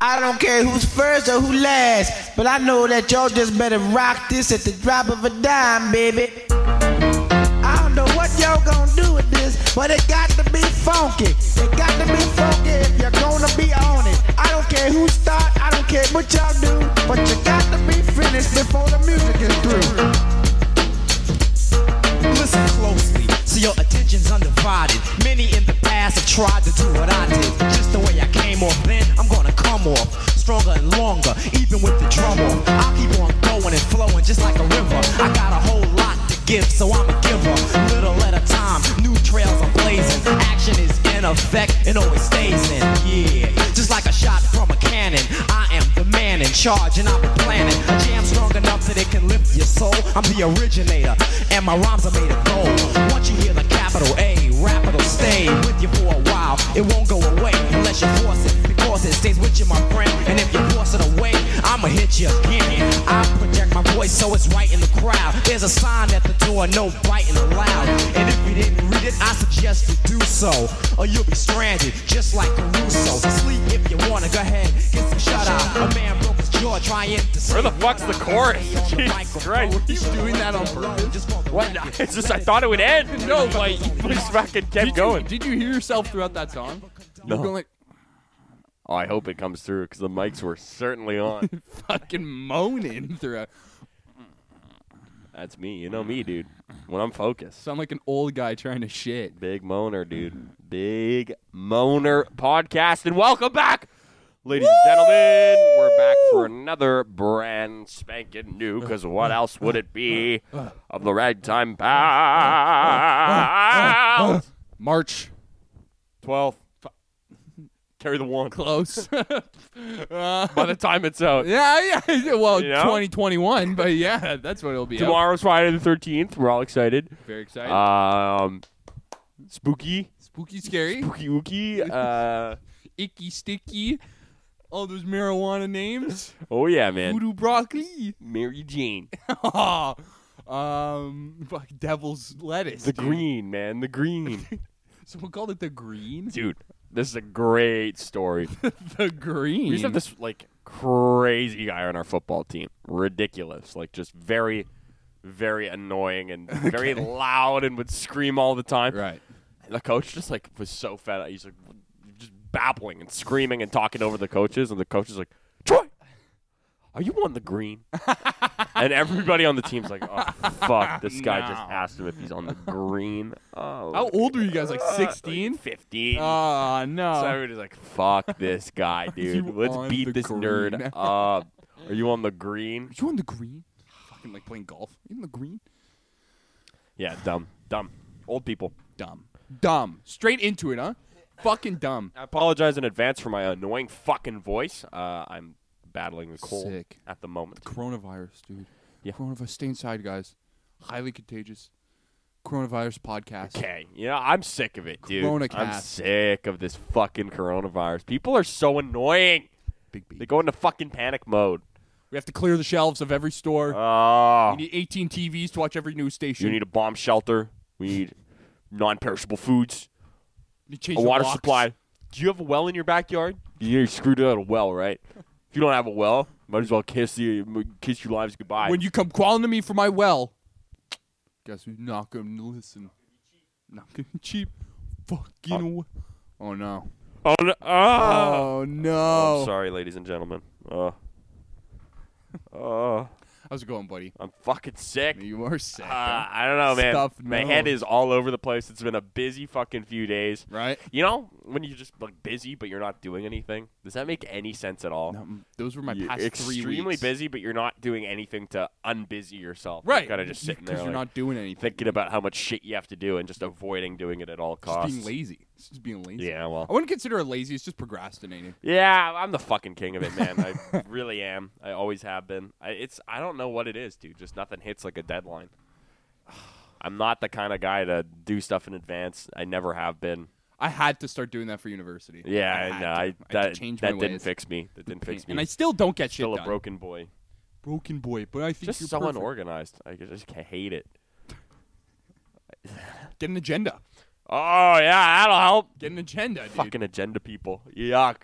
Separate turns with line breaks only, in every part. I don't care who's first or who last, but I know that y'all just better rock this at the drop of a dime, baby. I don't know what y'all gonna do with this, but it got to be funky. It got to be funky if you're gonna be on it. I don't care who start, I don't care what y'all do, but you got to be finished before the music is through.
Listen closely, so your attention's undivided. Many in the past have tried to do what I did. Just the way I came off then, I'm gonna come off. Stronger and longer, even with the drum off. I'll keep on going and flowing just like a river. I got a whole lot to give, so I'm a giver. Little at a time, new trails I'm blazing. Action is in effect and always stays in. Yeah, just like a shot from a cannon. I am the man in charge and I'm planning a jam strong enough that it can lift your soul. I'm the originator, and my rhymes are made of gold. Once you hear the capital A, rap it'll stay with you for a while. It won't go away unless you force it, because it stays with you, my friend. And if you force it away, I'ma hit you again. I project my voice so it's right in the crowd. There's a sign at the door, no biting allowed. And if you didn't read it, I suggest you do so, or you'll be stranded, just like Caruso. Sleep if you wanna. Go ahead, get some shut eye. A man broke his jaw trying to.
Where the fuck's the chorus? Jesus Christ.
He's doing that on purpose.
What? It's just, I thought it would end.
No, but-
like, it just fucking kept
did
going.
You, did you hear yourself throughout that song? You
No.
were going like
oh, I hope it comes through because the mics were certainly on.
fucking moaning throughout.
That's me. You know me, dude. When I'm focused.
Sound like an old guy trying to shit.
Big moaner, dude. Big moaner podcast. And welcome back, ladies and gentlemen. We're back for another brand spanking new, because what else would it be of the ragtime pals?
March
12. Carry the one.
close. Uh,
By the time it's out.
yeah, yeah. Well,
You know?
2021, but yeah, that's what it'll be. out.
Tomorrow's Friday the 13th. We're all excited.
Very excited.
Um, spooky.
Spooky, scary,
Spooky wookie. Uh,
icky, sticky. All those marijuana names.
oh, yeah, man.
Voodoo broccoli.
Mary Jane.
um, fuck, devil's lettuce.
The
dude.
green, man. The green.
Someone called it the green.
Dude, this is a great story.
the
We used to
green.
have this, like, crazy guy on our football team. Ridiculous. Like, just very, very annoying and very loud and would scream all the time.
right.
And the coach just like was so fed up. He's like just babbling and screaming and talking over the coaches, and the coach is like, Troy, are you on the green? and everybody on the team's like, oh fuck, this guy just
No.
asked him if he's on the green. Oh,
How old were you guys? Like 16?
fifteen.
Oh,
so
no.
everybody's like, fuck this guy, dude.
you
Let's
on
beat
the
this nerd
green?"
up. Are you on the green?
You on the green? Fucking like playing golf. You on the green?
Yeah, dumb, dumb, old people.
Dumb. Dumb. Straight into it, huh? Fucking dumb.
I apologize in advance for my annoying fucking voice. Uh, I'm battling a cold
Sick.
at the moment.
Coronavirus, dude.
Yeah.
Coronavirus. Stay inside, guys. Highly contagious. Coronavirus podcast.
Okay, you know I'm sick of it, dude. I'm
Coronacast.
sick of this fucking coronavirus. People are so annoying.
Big B.
They go into fucking panic mode.
We have to clear the shelves of every store.
Oh,
we need 18 TVs to watch every news station.
you need a bomb shelter. We need non-perishable foods,
We need to change
a
the
water
locks.
supply. Do you have a well in your backyard? You're screwed out a well, right? If you don't have a well, might as well kiss the kiss your lives goodbye.
When you come crawling to me for my well, guess who's not going to listen? Not going to cheap.
Uh,
Fucking. Oh, oh no.
oh, no. ah!
Oh
Oh,
no.
I'm sorry, ladies and gentlemen. Uh, uh,
How's it going, buddy?
I'm fucking sick.
You are sick,
Uh,
huh?
I don't know, man.
Stuff,
My
no.
head is all over the place. It's been a busy fucking few days.
right?
You know, when you're just like busy but you're not doing anything, does that make any sense at all?
No, mm, those were my
You're
past
extremely
three weeks.
busy, but you're not doing anything to unbusy yourself.
right?
kind of just sitting there,
because you're
like,
not doing anything.
thinking about how much shit you have to do and just avoiding doing it at all
Just
costs.
being lazy. It's just being lazy.
Yeah, well,
I wouldn't consider it lazy. It's just procrastinating.
Yeah, I'm the fucking king of it, man. I really am. I always have been. I, it's I don't know what it is, dude. Just nothing hits like a deadline. I'm not the kind of guy to do stuff in advance. I never have been.
I had to start doing that for university.
Yeah,
I,
and uh,
had to.
I,
had to
that,
change
that
my
didn't
ways.
fix me. That didn't fix me.
And I still don't get
still
shit
a
done.
broken boy.
broken boy, but I think
Just
you're
so
perfect.
unorganized. I just ca- hate it.
Get an agenda.
Oh yeah, that'll help.
Get an agenda, dude.
Fucking agenda people. Yuck.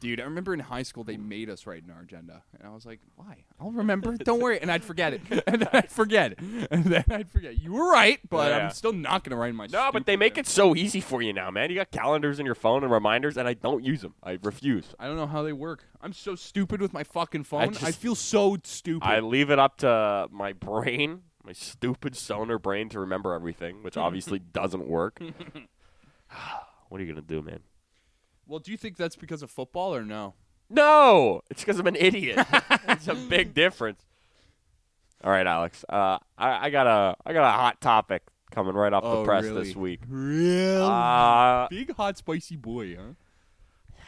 Dude, I remember in high school they made us write an agenda, and I was like, "Why? I'll remember. Don't worry." And I'd forget it, and then I'd forget, and then I'd forget. You were right, but
Yeah.
I'm still not gonna write my.
No, but
stupid
they make
thing.
it so easy for you now, man. You got calendars in your phone and reminders, and I don't use them. I refuse.
I don't know how they work. I'm so stupid with my fucking phone. I,
just-
feel so stupid.
I leave it up to my brain, my stupid sonar brain, to remember everything, which obviously doesn't work. what are you gonna do, man?
well, do you think that's because of football or no?
No, it's because I'm an idiot. it's a big difference. All right, Alex. Uh, I, I got a I got a hot topic coming right off
Oh,
the press
really? Um,
this week.
Really?
Uh,
Big hot spicy boy, huh?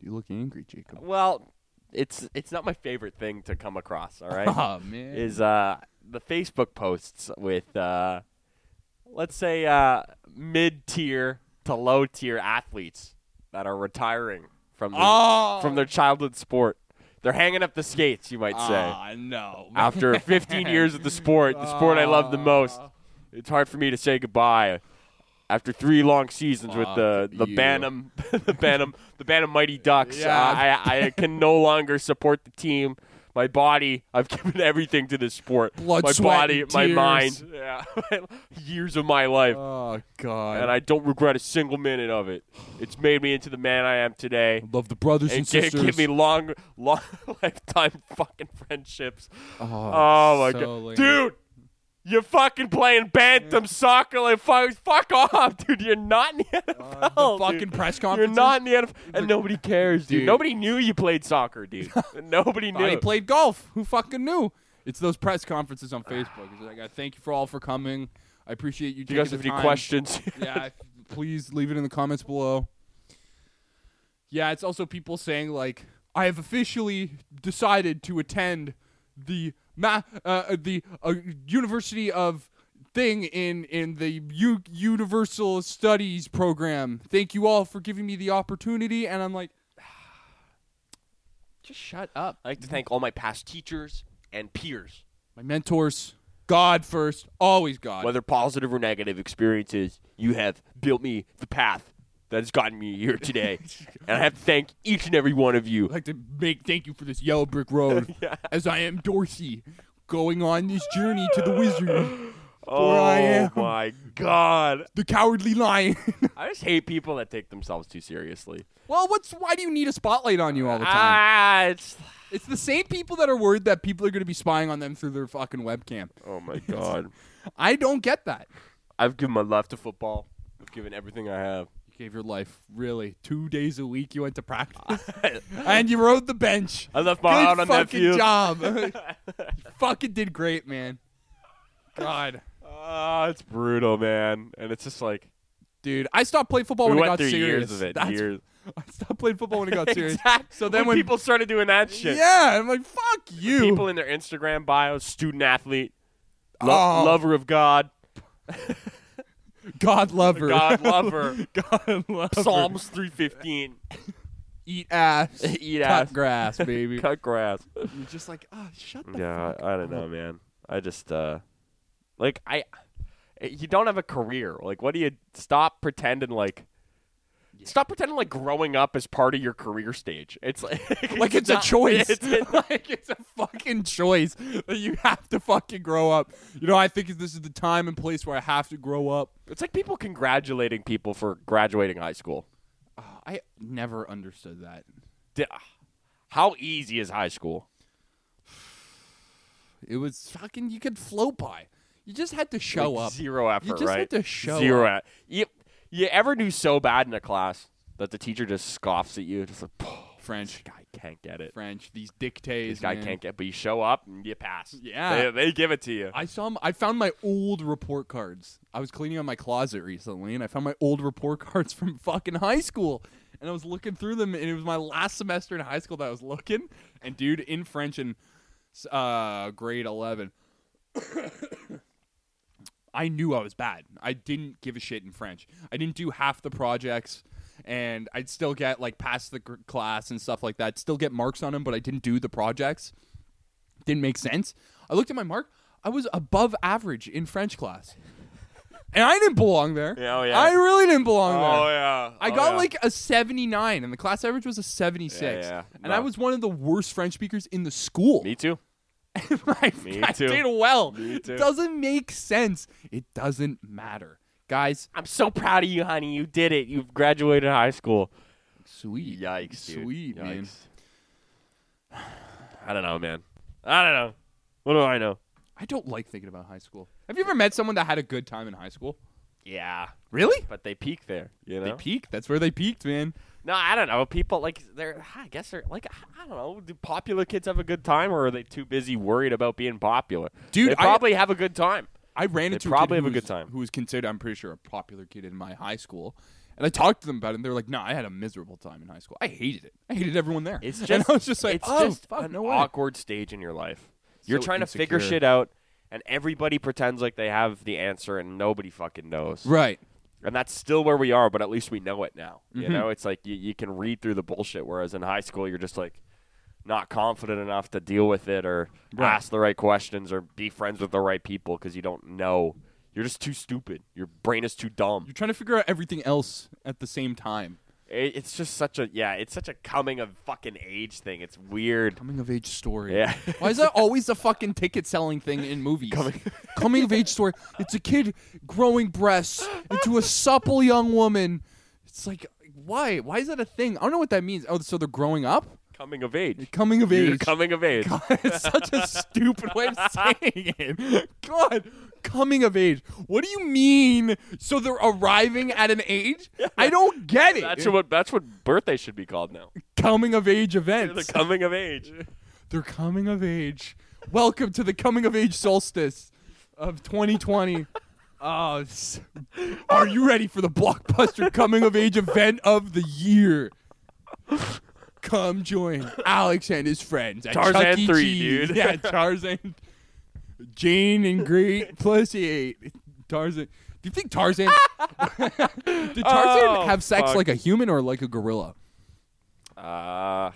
You look angry, Jacob.
well, it's it's not my favorite thing to come across. All right.
Oh man.
is uh, the Facebook posts with, uh, let's say, uh, mid tier to low tier athletes that are retiring from their,
oh.
from their childhood sport. They're hanging up the skates, you might say.
Ah, no.
After 15 years of the sport, the sport I love the most, it's hard for me to say goodbye. After three long seasons with
Fuck
the the
you.
Bantam, the Bantam, the Bantam Mighty Ducks,
Yeah.
uh, I I can no longer support the team. My body, I've given everything to this sport.
Blood,
my
sweat,
body,
and
my
tears.
mind, yeah, years of my life,
Oh god.
and I don't regret a single minute of it. It's made me into the man I am today.
love the brothers
And
and
g-
sisters.
give me long, long lifetime fucking friendships.
oh,
Oh my
so
god,
lame.
dude! You're fucking playing bantam soccer. Like fuck, fuck off, dude. You're not in Uh, the NFL.
The
dude.
fucking press
You're
conference.
not in the NFL, and nobody cares, dude.
Dude.
Nobody knew you played soccer, dude. nobody knew.
I played golf. Who fucking knew? It's those press conferences on Facebook. It's like, I thank you for all for coming. I appreciate you.
Do you guys
taking
have
the
any
time.
questions?
yeah, if- please leave it in the comments below. Yeah, it's also people saying like, I have officially decided to attend the ma- uh, the uh, University of thing in in the U- Universal Studies program. Thank you all for giving me the opportunity, and I'm like, just shut up.
I like to thank all my past teachers and peers.
My mentors, God first, always God.
Whether positive or negative experiences, you have built me the path that has gotten me here today, and I have to thank each and every one of you.
I'd like to make thank you for this yellow brick road as I am Dorsey going on this journey to the wizard,
oh
I am.
my god!
the cowardly lion.
I just hate people that take themselves too seriously.
well, what's why do you need a spotlight on you all the time?
Ah, it's
it's the same people that are worried that people are going to be spying on them through their fucking webcam.
oh my god.
I don't get that.
I've given my life to football. I've given everything I have.
You gave your life really 2 days a week you went to practice and you rode the bench.
I left my heart
Good
on that
fucking
field.
job. you fucking did great, man. God.
Ah, it's brutal, man. And it's just like
Dude, I stopped playing football
we
when it
went
got
through
Oh
years
serious.
of it.
That's-
years.
I stopped playing football when it got serious.
Exact-
So then when,
people started doing that shit,
yeah, I'm like, fuck you.
people in their Instagram bios, student athlete, lo-
Oh.
lover of God,
God lover,
God lover,
God lover.
Psalms three fifteen,
eat ass,
eat
cut
ass,
grass, baby.
cut grass.
You're just like, ah, shut the
Yeah,
fuck.
I I don't know, man. I just uh like I you don't have a career. Like what do you stop pretending like Stop pretending like growing up is part of your career stage. It's like,
Like it's a
not-
choice.
it's- it's-
like it's a fucking choice that you have to fucking grow up. You know, I think this is the time and place where I have to grow up.
it's like people congratulating people for graduating high school.
Oh, I never understood that.
D- How easy is high school?
It was fucking. You could float by. You just had to show
Like
up.
Zero effort,
just
right?
had to show
zero. e- You, you ever do so bad in a class that the teacher just scoffs at you, just like,
French,
guy can't get it.
French. These dictates.
e- this guy
man.
can't get, but you show up and you pass. they,
Yeah.
they give it to you.
I saw. m- I found my old report cards. I was cleaning out my closet recently, and I found my old report cards from fucking high school. And I was looking through them, and it was my last semester in high school that I was looking. And dude, in French and uh, grade eleven, I knew I was bad. I didn't give a shit in French. I didn't do half the projects, and I'd still get like past the gr- class and stuff like that. Still get marks on them, but I didn't do the projects didn't make sense. I looked at my mark. I was above average in French class. and I didn't belong there.
Yeah, oh, yeah.
I really didn't belong
Oh
there.
yeah.
I
Oh,
got
yeah.
like a 79, and the class average was a 76.
Yeah, yeah.
And
No.
I was one of the worst French speakers in the school.
Me too.
I,
Me
I
too.
did well.
Me too.
Doesn't make sense. It doesn't matter. Guys,
I'm so proud of you, honey. You did it. You've graduated high school.
sweet.
Yikes, dude.
Sweet, man.
Yikes. I don't know, man. I don't know. What do I know?
I don't like thinking about high school. Have you ever met someone that had a good time in high school?
Yeah,
Really?
but they peak there. You know?
They peaked. That's where they peaked, man.
No, I don't know. People like they're. I guess they're like. I don't know. Do popular kids have a good time, or are they too busy worried about being popular?
Dude,
they
I-
probably have a good time.
I ran
They
into
probably
a
have
kid
a
who was-
good time.
who was considered, I'm pretty sure, a popular kid in my high school. And I talked to them about it, and they were like, "No, I had a miserable time in high school. I hated it. I hated everyone there."
It's just.
and I was just like,
it's
"Oh,
just
fuck,
an
no way."
awkward stage in your life. You're
So
trying to figure
insecure.
shit out, and everybody pretends like they have the answer, and nobody fucking knows.
Right?
and that's still where we are but at least we know it now you
Mm-hmm.
know it's like you, you can read through the bullshit whereas in high school you're just like not confident enough to deal with it or
Right.
ask the right questions or be friends with the right people because you don't know you're just too stupid your brain is too dumb
You're trying to figure out everything else at the same time.
It- it's just such a yeah it's such a coming of fucking age thing it's weird
Coming of age story.
Yeah.
Why is that always the fucking ticket selling thing in movies? Coming, of age story. It's a kid growing breasts into a supple young woman. It's like, why? Why is that a thing? I don't know what that means. Oh, so they're growing up.
coming of age
Coming of
You're
age.
coming of age
it's such a stupid way of saying it. God, coming of age. What do you mean? So they're arriving at an age? I don't get it.
that's what that's what birthday should be called now
coming of age events.
the coming of age
They're coming of age. Welcome to the coming of age solstice of 2020. Oh, s- are you ready for the blockbuster coming of age event of the year? Come join Alex and his friends at
Tarzan
Chuck E.
3,
Cheese.
dude.
Yeah, Tarzan, Jane and Great Pussy Eight. Tarzan. Do you think Tarzan? did Tarzan
Oh,
have sex
fuck.
like a human or like a gorilla?
Uh,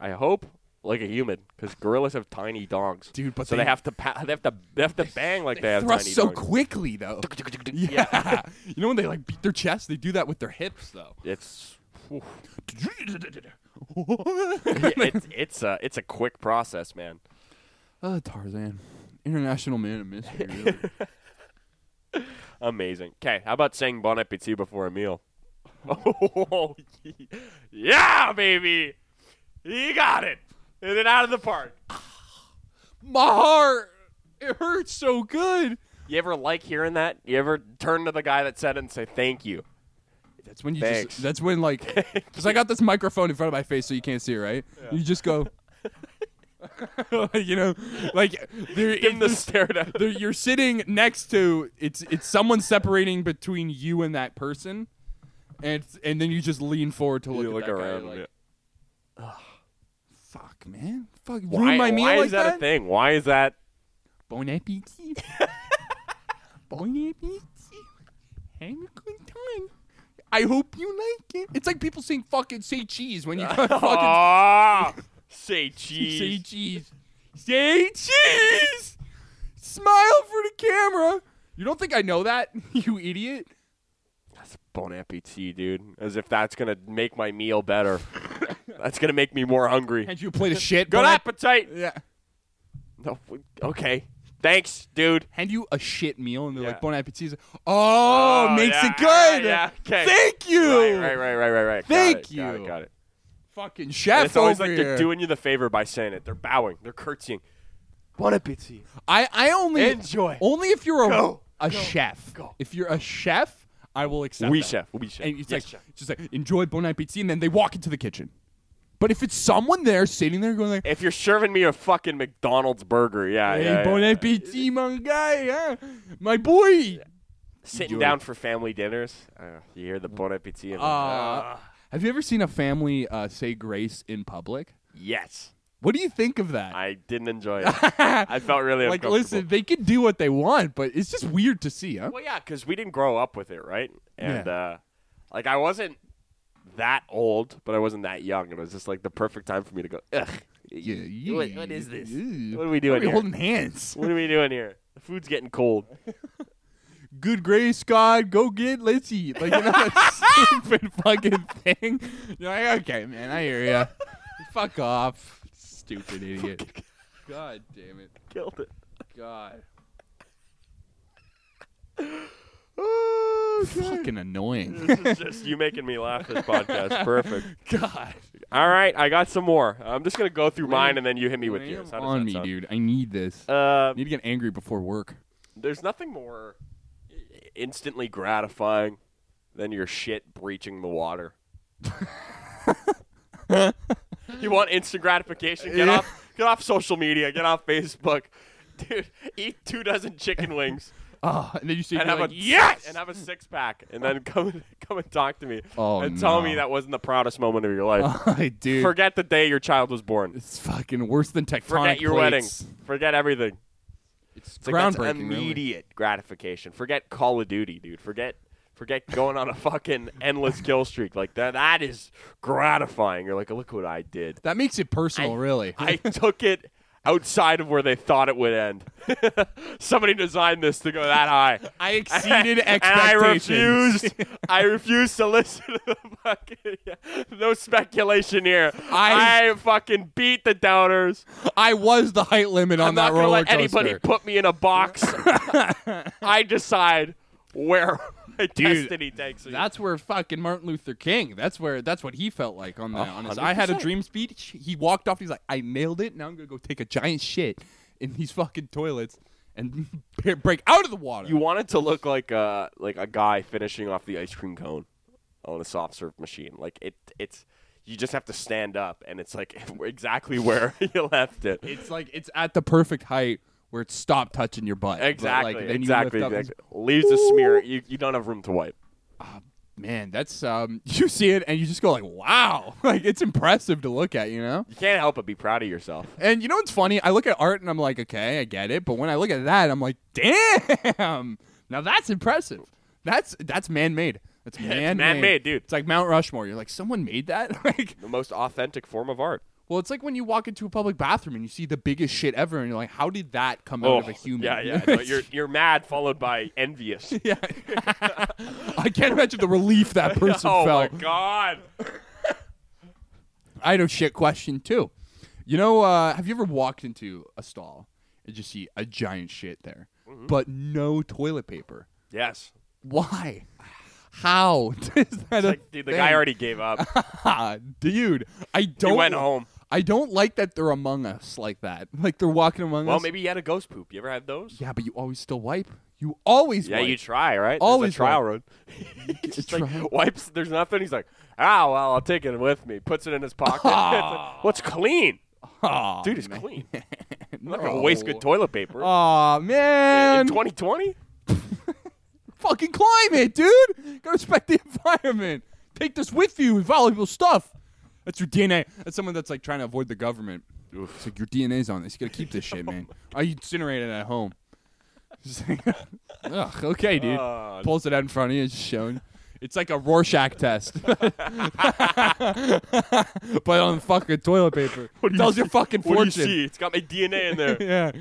I hope like a human, because gorillas have tiny dogs,
Dude, but
so they,
they-
have to pa- they have to they have to bang like they, have
Thrust
tiny
so
dogs.
quickly though.
Yeah.
Yeah. you know when they like beat their chest, they do that with their hips though.
It's
oh,
it's it's a it's a quick process, man.
Uh, Tarzan. International man of mystery. really.
Amazing. Okay, how about saying bon appetit before a meal? Oh yeah, baby, you got it. And then out of the park.
My heart. It hurts so good.
You ever like hearing that? You ever turn to the guy that said it and say thank you?
That's when you
Thanks.
just that's when like cuz I got this microphone in front of my face so you can't see it, right? You just go you know, like there,
Give him the stare down.
there, you're sitting next to it's it's someone separating between you and that person, and it's, and then you just lean forward to look
You
at
look
that guy,
around.
like,
yeah.
Fuck, man. Fuck,
Why,
ruin my meal
why
like
is that, a thing? Why is that?
Bon appetit. bon appetit. Have a good time. I hope you like it. It's like people saying fucking say cheese when you fucking
Ah, say
say
cheese.
cheese. Say cheese. Smile for the camera. You don't think I know that, you idiot?
That's bon appetit, dude. As if that's gonna make my meal better. that's gonna make me more hungry.
Can't you play the shit?
Good
Bon App-
appetite.
Yeah.
No, w- okay. Thanks, dude.
hand you a shit meal and they're
Yeah.
like bon appetit. Oh,
Oh,
makes
yeah,
it good.
yeah, okay.
Thank you.
Right, right, right, right, right, right. Got
Thank
it, Got it.
you.
Got it.
Fucking
And
chef
it's always
over
like
here.
they're doing you the favor by saying it. They're bowing. They're curtsying. Bon appetit.
I I only
Enjoy.
only if you're a
Go,
a chef.
go.
If you're a chef, I will accept.
We
that.
chef. We chef.
And it's
Yes,
like
chef.
just like enjoy bon appetit, and then they walk into the kitchen. But if it's someone there sitting there going like,
If you're serving me a fucking McDonald's burger, yeah,
"Hey,
yeah,
bon
yeah.
appetit, mon guy, yeah, my boy."
Sitting
Enjoy.
down for family dinners, uh, you hear the bon appetit. And,
Uh, have you ever seen a family uh, say grace in public?
yes,
What do you think of that?
I didn't enjoy it. I felt really
like
uncomfortable.
listen they can do what they want but it's just weird to see huh
Well, yeah, because we didn't grow up with it, right? And
Yeah.
uh, like I wasn't that old, but I wasn't that young. It was just like the perfect time for me to go. Ugh. What- what is this? What are we doing
Why
here?
holding hands
What are we doing here? The food's getting cold.
good grace, God, go get, let's eat. Like, you know, that stupid fucking thing. You're like, okay, man, I hear ya. Fuck off. Stupid idiot. God damn it.
Killed it.
God.
Okay.
Fucking annoying.
this is just you making me laugh this podcast. Perfect.
God.
All right, I got some more. I'm just going to go through mine and then you hit me with
Lay 'em
yours. How does
on
that
me,
sound?
dude. I need this.
Uh,
need to get angry before work.
there's nothing more instantly gratifying than your shit breaching the water. you want instant gratification? Get
Yeah.
off get off social media, get off Facebook. Dude, eat two dozen chicken wings
Oh, and then you see
and
you're
have
like,
a
yes,
and have a six pack and then come come and talk to me
Oh,
and tell me
no.
that wasn't the proudest moment of your life.
Oh, dude,
Forget the day your child was born.
it's fucking worse than tectonic
Forget your wedding.
plates.
Forget everything.
It's,
It's like, that's
groundbreaking. really.
immediate gratification. Forget Call of Duty, dude. Forget forget going on a fucking endless kill streak like that. That is gratifying. You're like, look what I did.
That makes it personal, really.
I took it outside of where they thought it would end. Somebody designed this to go that high.
I exceeded
and I refused. I refused to listen to the fucking no speculation here.
I-
I fucking beat the doubters.
I was the height limit on
I'm
that
not gonna
roller
let
coaster.
anybody put me in a box. I decide where my destiny takes me.
that's where fucking Martin Luther King. That's where. That's what he felt like on the. On his, I had a
100%.
dream speech. He walked off. He's like, I nailed it. Now I'm gonna go take a giant shit in these fucking toilets and break out of the water.
you wanted to look like a like a guy finishing off the ice cream cone on a soft serve machine. Like it, it's you just have to stand up, and it's like exactly where you left it.
it's like it's at the perfect height where it stopped touching your butt. But, like,
Exactly,
then you lift
exactly,
up and-
exactly. Leaves a smear. You you don't have room to wipe.
Man, that's um. You see it and you just go like, wow, like it's impressive to look at, you know.
You can't help but be proud of yourself.
And you know what's funny? I look at art and I'm like, okay, I get it. But when I look at that, I'm like, damn. Now that's impressive. That's that's man made. That's man
man-made, dude.
It's like Mount Rushmore. You're like, someone made that. like,
The most authentic form of art.
well, it's like when you walk into a public bathroom and you see the biggest shit ever, and you're like, how did that come out of a human?
Oh, Yeah, yeah. No, you're you're mad, followed by envious.
yeah. I can't imagine the relief that person
oh
felt.
my god.
I had a shit question too. You know, uh, have you ever walked into a stall and just see a giant shit there,
Mm-hmm.
but no toilet paper?
Yes.
Why? How is that a
Like, dude, the guy
thing? Ah,
already gave up.
dude, I don't.
went home.
I don't like that they're among us like that. Like they're walking among
well,
us.
maybe he had a ghost poop. You ever had those?
Yeah, but you always still wipe. You always
Yeah,
wipe.
you try, right? There's a
Always
trial
wipe.
run. He just
trial.
like wipes. There's nothing. He's like, ah, well, I'll take it with me. Puts it in his pocket. It's like, What's clean,
Aw,
dude? It's
Ah. Oh, man.
clean. I'm
No.
not gonna waste good toilet paper.
Aw,
in
man.
2020,
Fucking climate, dude. Gotta respect the environment. Take this with you. Valuable stuff. That's your DNA. That's someone that's like trying to avoid the government. It's like your DNA's on this. You gotta keep this shit, man. I incinerate it at home. Just like- Ugh, okay, dude.
Oh,
Pulls it out in front of you. It's shown. It's like a Rorschach test, but on fucking toilet paper.
do you
Tells
see?
your fucking
what do you
fortune.
see? It's got my DNA in there.
Yeah.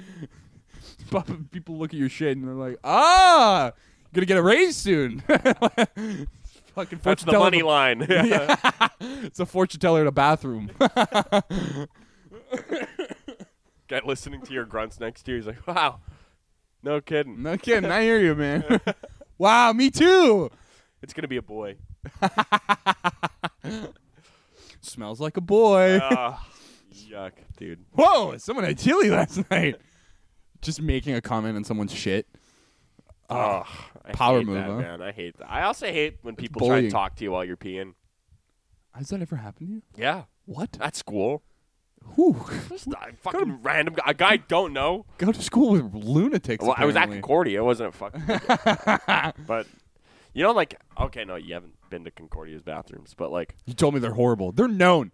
But People look at your shit and they're like, ah, you're going to get a raise soon. Fucking
That's
fortune
the
teller-
money line.
It's a fortune teller in a bathroom.
Guy listening to your grunts next to you. He's like, wow, no kidding.
no kidding. I hear you, man. wow, me too.
It's gonna be a boy.
Smells like a boy.
Ah, yuck, dude.
Whoa, someone had chili last night. Just making a comment on someone's shit.
Oh, I
Power
hate
move,
that,
huh?
man. I hate that. I also hate when people try
bullying.
and talk to you while you're peeing.
Has that ever happened to you?
Yeah,
What?
at school.
Whew.
Just a fucking random guy. A guy I don't know.
Go to school with lunatics.
Well, I was at
apparently.
Concordia. I wasn't at fucking. but you know, like, okay, no, you haven't been to Concordia's bathrooms, but like,
You told me they're horrible. They're known.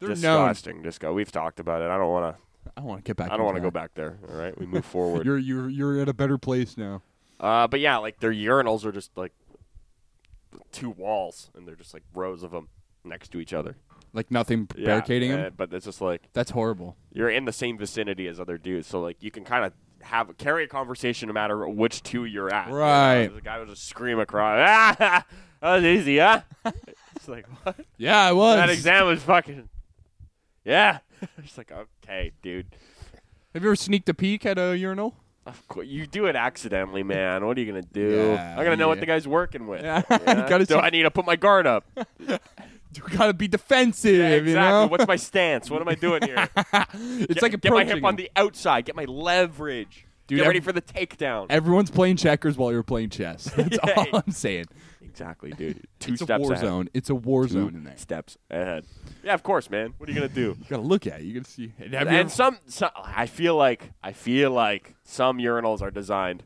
They're known.
disgusting. Disgust. We've talked about it. I don't want to.
I want to get back.
I don't
into
want to go
that.
back there. All right, we move forward.
You're you're you're at a better place now.
Uh, but yeah, like their urinals are just like two walls, and they're just like rows of them next to each other.
Like nothing
Yeah,
barricading
uh,
him.
But it's just like.
That's horrible.
you're in the same vicinity as other dudes, so like you can kind of have carry a conversation no matter which two you're at.
Right.
The guy will just scream across. Ah, that was easy, huh? it's like what?
Yeah, I was.
That exam was fucking. Yeah. it's like okay, dude.
Have you ever sneaked a peek at a urinal?
Of course, you do it accidentally, man. What are you gonna do?
Yeah,
I'm gonna know what
yeah.
the guy's working with.
Yeah,
You
you
know?
gotta
do
see-
I need to put my guard up?
You gotta be defensive.
Yeah, exactly.
You know?
What's my stance? What am I doing here?
it's
get,
like
get my
approaching.
hip on the outside. Get my leverage.
Dude,
get
ev-
ready for the takedown.
Everyone's playing checkers while you're playing chess. That's
Yeah.
all I'm saying.
exactly, dude. Two
it's
steps
a war
ahead.
zone. It's a war
Two
zone in there. You
steps ahead. Yeah, of course, man. What are you gonna do?
gotta look at it. You gotta see. And have you
and
ever
some, some, I feel like, I feel like some urinals are designed.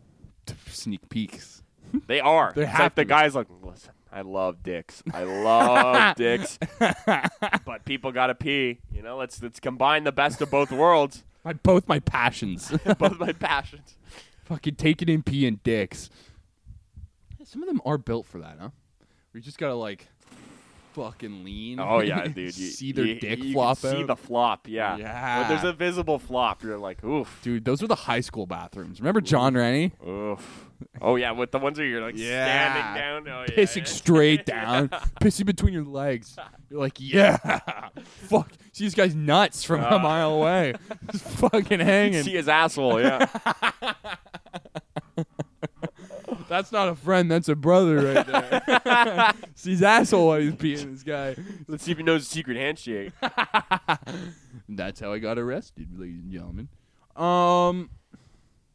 sneak peeks.
They are.
They
it's
have
like the
to be.
guy's like, listen, I love dicks. I love dicks. But people gotta pee. You know, let's let's combine the best of both worlds,
My both my passions.
both my passions.
Fucking taking in pee and dicks. Yeah, Some of them are built for that, huh? Where you just gotta like fucking lean.
Oh yeah, dude. You,
see their
you-
dick
you can
flop
See
out.
the flop, yeah.
Yeah.
When there's a visible flop, you're like, oof,
Dude, those were the high school bathrooms. Remember John Rennie?
oof. Oh yeah, with the ones where you're like
Yeah.
standing down, oh, yeah,
Pissing
yeah.
straight down, pissing between your legs. You're like, yeah, fuck. See this guy's nuts from a mile away. Just fucking hanging.
Ah. See his asshole, yeah.
That's not a friend. That's a brother right there. See his asshole while he's peeing. This guy.
Let's see if he knows the secret handshake.
That's how I got arrested, ladies and gentlemen. Um,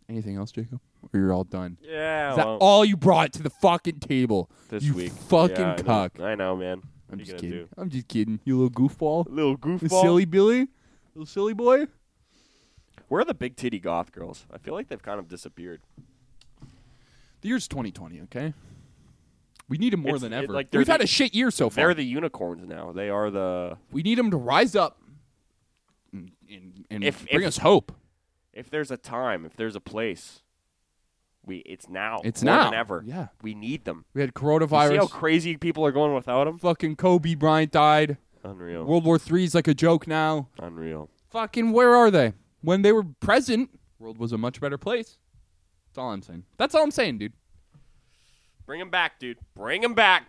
anything else, Jacob? Or you're all done?
Yeah.
Is that
well,
all you brought to the fucking table
um, this
you
week.
Fucking
Yeah, I know.
cuck.
I know, man. what are
I'm
you
just
gonna
kidding.
do?
I'm just kidding. You little goofball.
Little
You
goofball.
silly Billy. Little silly boy.
Where are the big titty goth girls? I feel like they've kind of disappeared.
The year's 2020. Okay. We need him more
It's-
than
it-
ever.
like, they're
We've had
the-
a shit year so far.
They're the unicorns now. They are the.
we need him to rise up and, and, and
If-
bring
if-
us hope.
If there's a time, if there's a place, we it's now.
It's
more than
now.
ever.
Yeah.
We need them.
We had
You
coronavirus.
see how crazy people are going without them?
fucking Kobe Bryant died.
Unreal.
World War Three is like a joke now.
Unreal.
Fucking where are they? When they were present, world was a much better place. That's all I'm saying. That's all I'm saying, dude.
Bring them back, dude. Bring them back.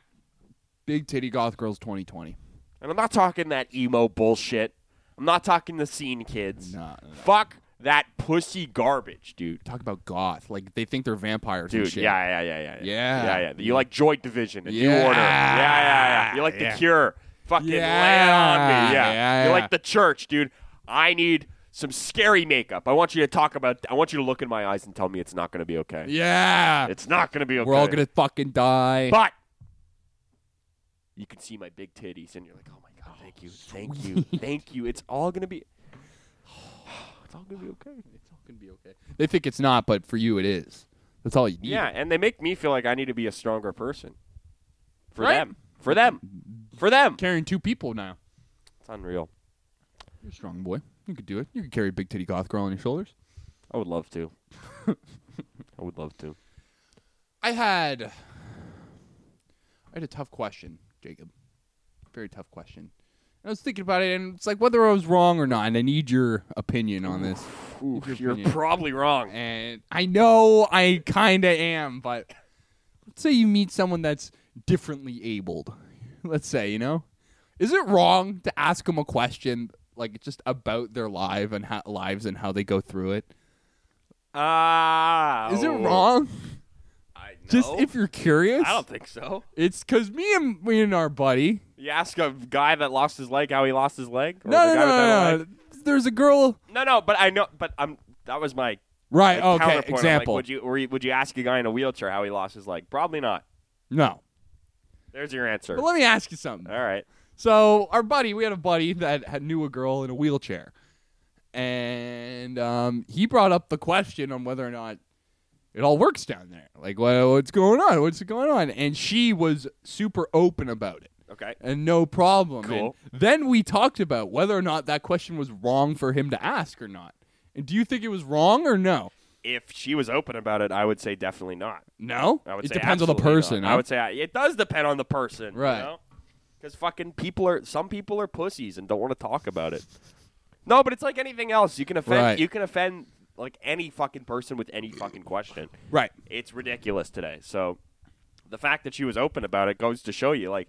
Big titty goth girls 2020.
And I'm not talking that emo bullshit. I'm not talking the scene kids.
Nah, nah.
Fuck that pussy garbage, dude.
Talk about goth. Like they think they're vampires and
Dude,
shit.
yeah, yeah, yeah, yeah,
Yeah.
yeah, yeah. You like Joy Division and New
Yeah.
Order. Yeah, yeah, yeah. You like
Yeah.
The Cure. Fucking lay it on
Yeah.
me. Yeah.
Yeah,
you
yeah.
like The Church, dude. I need some scary makeup. I want you to talk about. I want you to look in my eyes and tell me it's not going to be okay.
Yeah.
It's not going to be okay.
We're all gonna fucking die.
But you can see my big titties, and you're like, oh my god, thank you, thank you, thank you. It's all gonna be. It's all gonna be okay.
They think it's not, but for you it is. That's all you need.
Yeah, and they make me feel like I need to be a stronger person. For
Right.
them, for them, for them.
Carrying two people now.
It's unreal.
You're a strong boy. You could do it. You could carry a big titty goth girl on your shoulders.
I would love to. I would love to.
I had I had a tough question, Jacob. Very tough question. And I was thinking about it, and it's like whether I was wrong or not. And I need your opinion on this.
Oof,
Your
you're
opinion.
probably wrong.
And I know I kind of am, but let's say you meet someone that's differently abled. Let's say you know, is it wrong to ask them a question like just about their life and how, lives and how they go through it?
Ah,
Is it wrong?
I know.
Just if you're curious,
I don't think so.
it's because me and me and our buddy.
You ask a guy that lost his leg how he lost his leg. Or
No,
the
no,
guy
no,
with that
no,
leg?
no. There's a girl.
No, no, but I know, but I'm. That was my
Right.
like,
okay.
counterpoint. I'm
Example.
Like, would you, were you would you ask a guy in a wheelchair how he lost his leg? Probably not.
no.
There's your answer.
But
All
let me ask you something.
right.
So our buddy, we had a buddy that had, knew a girl in a wheelchair, and um, he brought up the question on whether or not it all works down there. Like, well, what's going on? What's going on? And she was super open about it.
Okay.
and no problem.
Cool.
And then we talked about whether or not that question was wrong for him to ask or not. And do you think it was wrong or no?
If she was open about it, I would say definitely not.
No,
I would
it
say
depends on the
absolutely
person.
not. I
huh?
would say I, it does depend on the person,
Right.
Because fucking people are some people are pussies and don't want to talk about it. No, but it's like anything else. You can offend.
Right.
You can offend like any fucking person with any fucking question.
Right.
It's ridiculous today. So the fact that she was open about it goes to show you, like,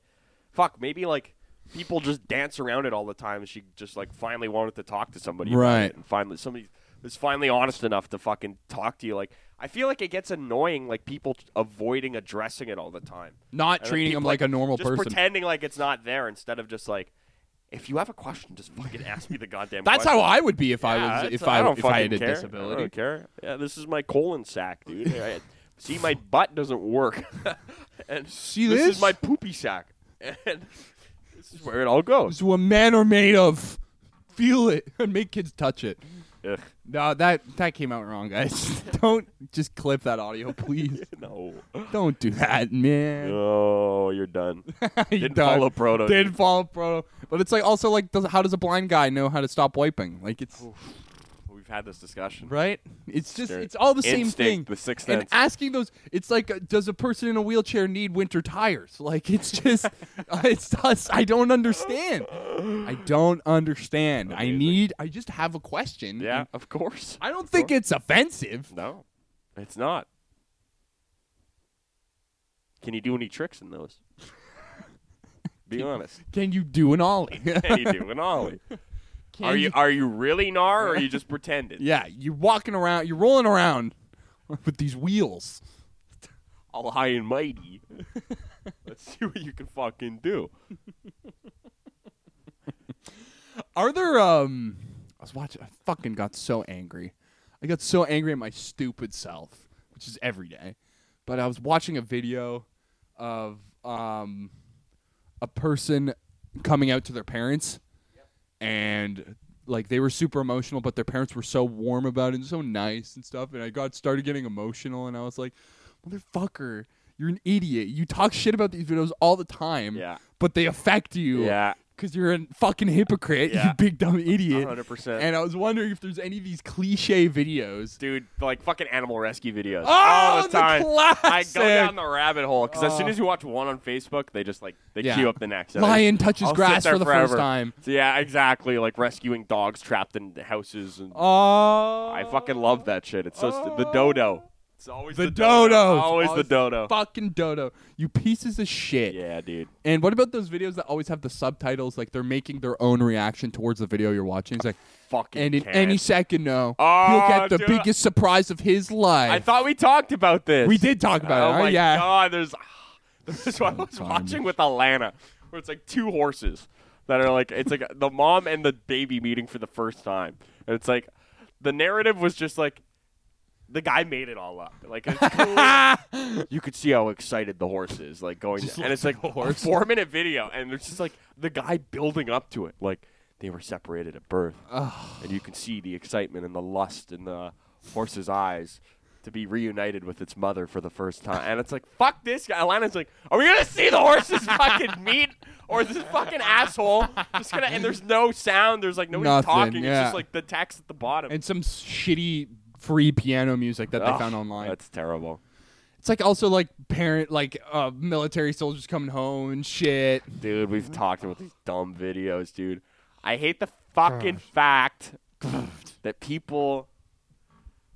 fuck, maybe like people just dance around it all the time. And she just like finally wanted to talk to somebody, about
Right.
it, and finally somebody was finally honest enough to fucking talk to you. Like, I feel like it gets annoying, like people t- avoiding addressing it all the time,
Not
And then
treating
Uh, people,
him like a normal
just
person.
pretending like it's not there instead of just like. If you have a question, just fucking ask me the goddamn.
That's
question.
how I would be if I
Yeah,
was
it's-
if I,
don't
if
fucking
I had a
care. I
disability.
don't care. Yeah, this is my colon sac, dude. I- see, my butt doesn't work. and
See
this?
this?
is my poopy sack. And this is where it all goes.
It's what men are made of. Feel it and make kids touch it.
Ugh,
No, that that came out wrong, guys. Don't just clip that audio, please.
no.
Don't do that, man.
Oh, you're done.
You
Didn't
done.
follow proto.
Didn't follow proto. But it's like also like, does, how does a blind guy know how to stop wiping? Like it's
We've had this discussion.
right. It's just
Sure.
it's all the same
Instinct,
thing.
the sixth
and
sense.
asking those, it's like, uh, does a person in a wheelchair need winter tires? Like it's just, uh, it's us. I don't understand. I don't understand. I
Amazing.
need. I just have a question.
Yeah, of course.
Mm-hmm. I don't think it's offensive.
No, it's not. Can you do any tricks in those? Be honest.
Can you do an ollie?
Can you do an ollie?
Can
Are you are you really gnar or are you just pretending?
Yeah, you're walking around. You're rolling around with these wheels.
all high and mighty. Let's see what you can fucking do.
Are there? Um, I was watching. I fucking got so angry. I got so angry at my stupid self, which is every day. But I was watching a video of um, a person coming out to their parents, and like they were super emotional, but their parents were so warm about it and so nice and stuff. And I got started getting emotional, and I was like, "Motherfucker, you're an idiot! You talk shit about these videos all the time,
Yeah.
but they affect you,
Yeah.
because you're a fucking hypocrite, you
Yeah.
big dumb idiot."
100%.
And I was wondering if there's any of these cliche videos.
Dude, like fucking animal rescue videos.
Oh,
all the
the
time. I
classic. Oh.
go down the rabbit hole because as soon as you watch one on Facebook, they just like they
Yeah.
queue up the next. and I
Lion
just-
touches
I'll sit
grass
there
for the
forever.
first time.
So, yeah, exactly. Like rescuing dogs trapped in houses, and
Oh,
I fucking love that shit. It's so st- the dodo. It's always
the,
the,
dodo.
Always the dodo.
Fucking dodo. You pieces of shit.
Yeah, dude.
And what about those videos that always have the subtitles? Like they're making their own reaction towards the video you're watching. It's like,
Fucking.
and in
can't.
any second now,
Oh,
he'll get the
dude.
biggest surprise of his life.
I thought we talked about this.
we did talk about
oh
it. huh?
my
yeah.
god, there's this one I was watching with Alana, where it's like two horses that are like it's like the mom and the baby meeting for the first time, and it's like the narrative was just like the guy made it all up. Like it's clear- you could see how excited the horse is, like going, and it's like a four minute video, and it's just like the guy building up to it, like. They were separated at birth, and you can see the excitement and the lust in the horse's eyes to be reunited with its mother for the first time. And it's like, fuck this guy. Alana's like, are we gonna see the horses fucking meet, or is this fucking asshole just gonna? And there's no sound. There's like nobody
Nothing,
talking. It's
yeah.
just like the text at the bottom.
And some shitty free piano music that they
Ugh,
found online.
That's terrible,
It's like also like parent like uh military soldiers coming home and shit.
dude.
Mm-hmm.
We've talked about these dumb videos, dude. I hate the fucking fact that people.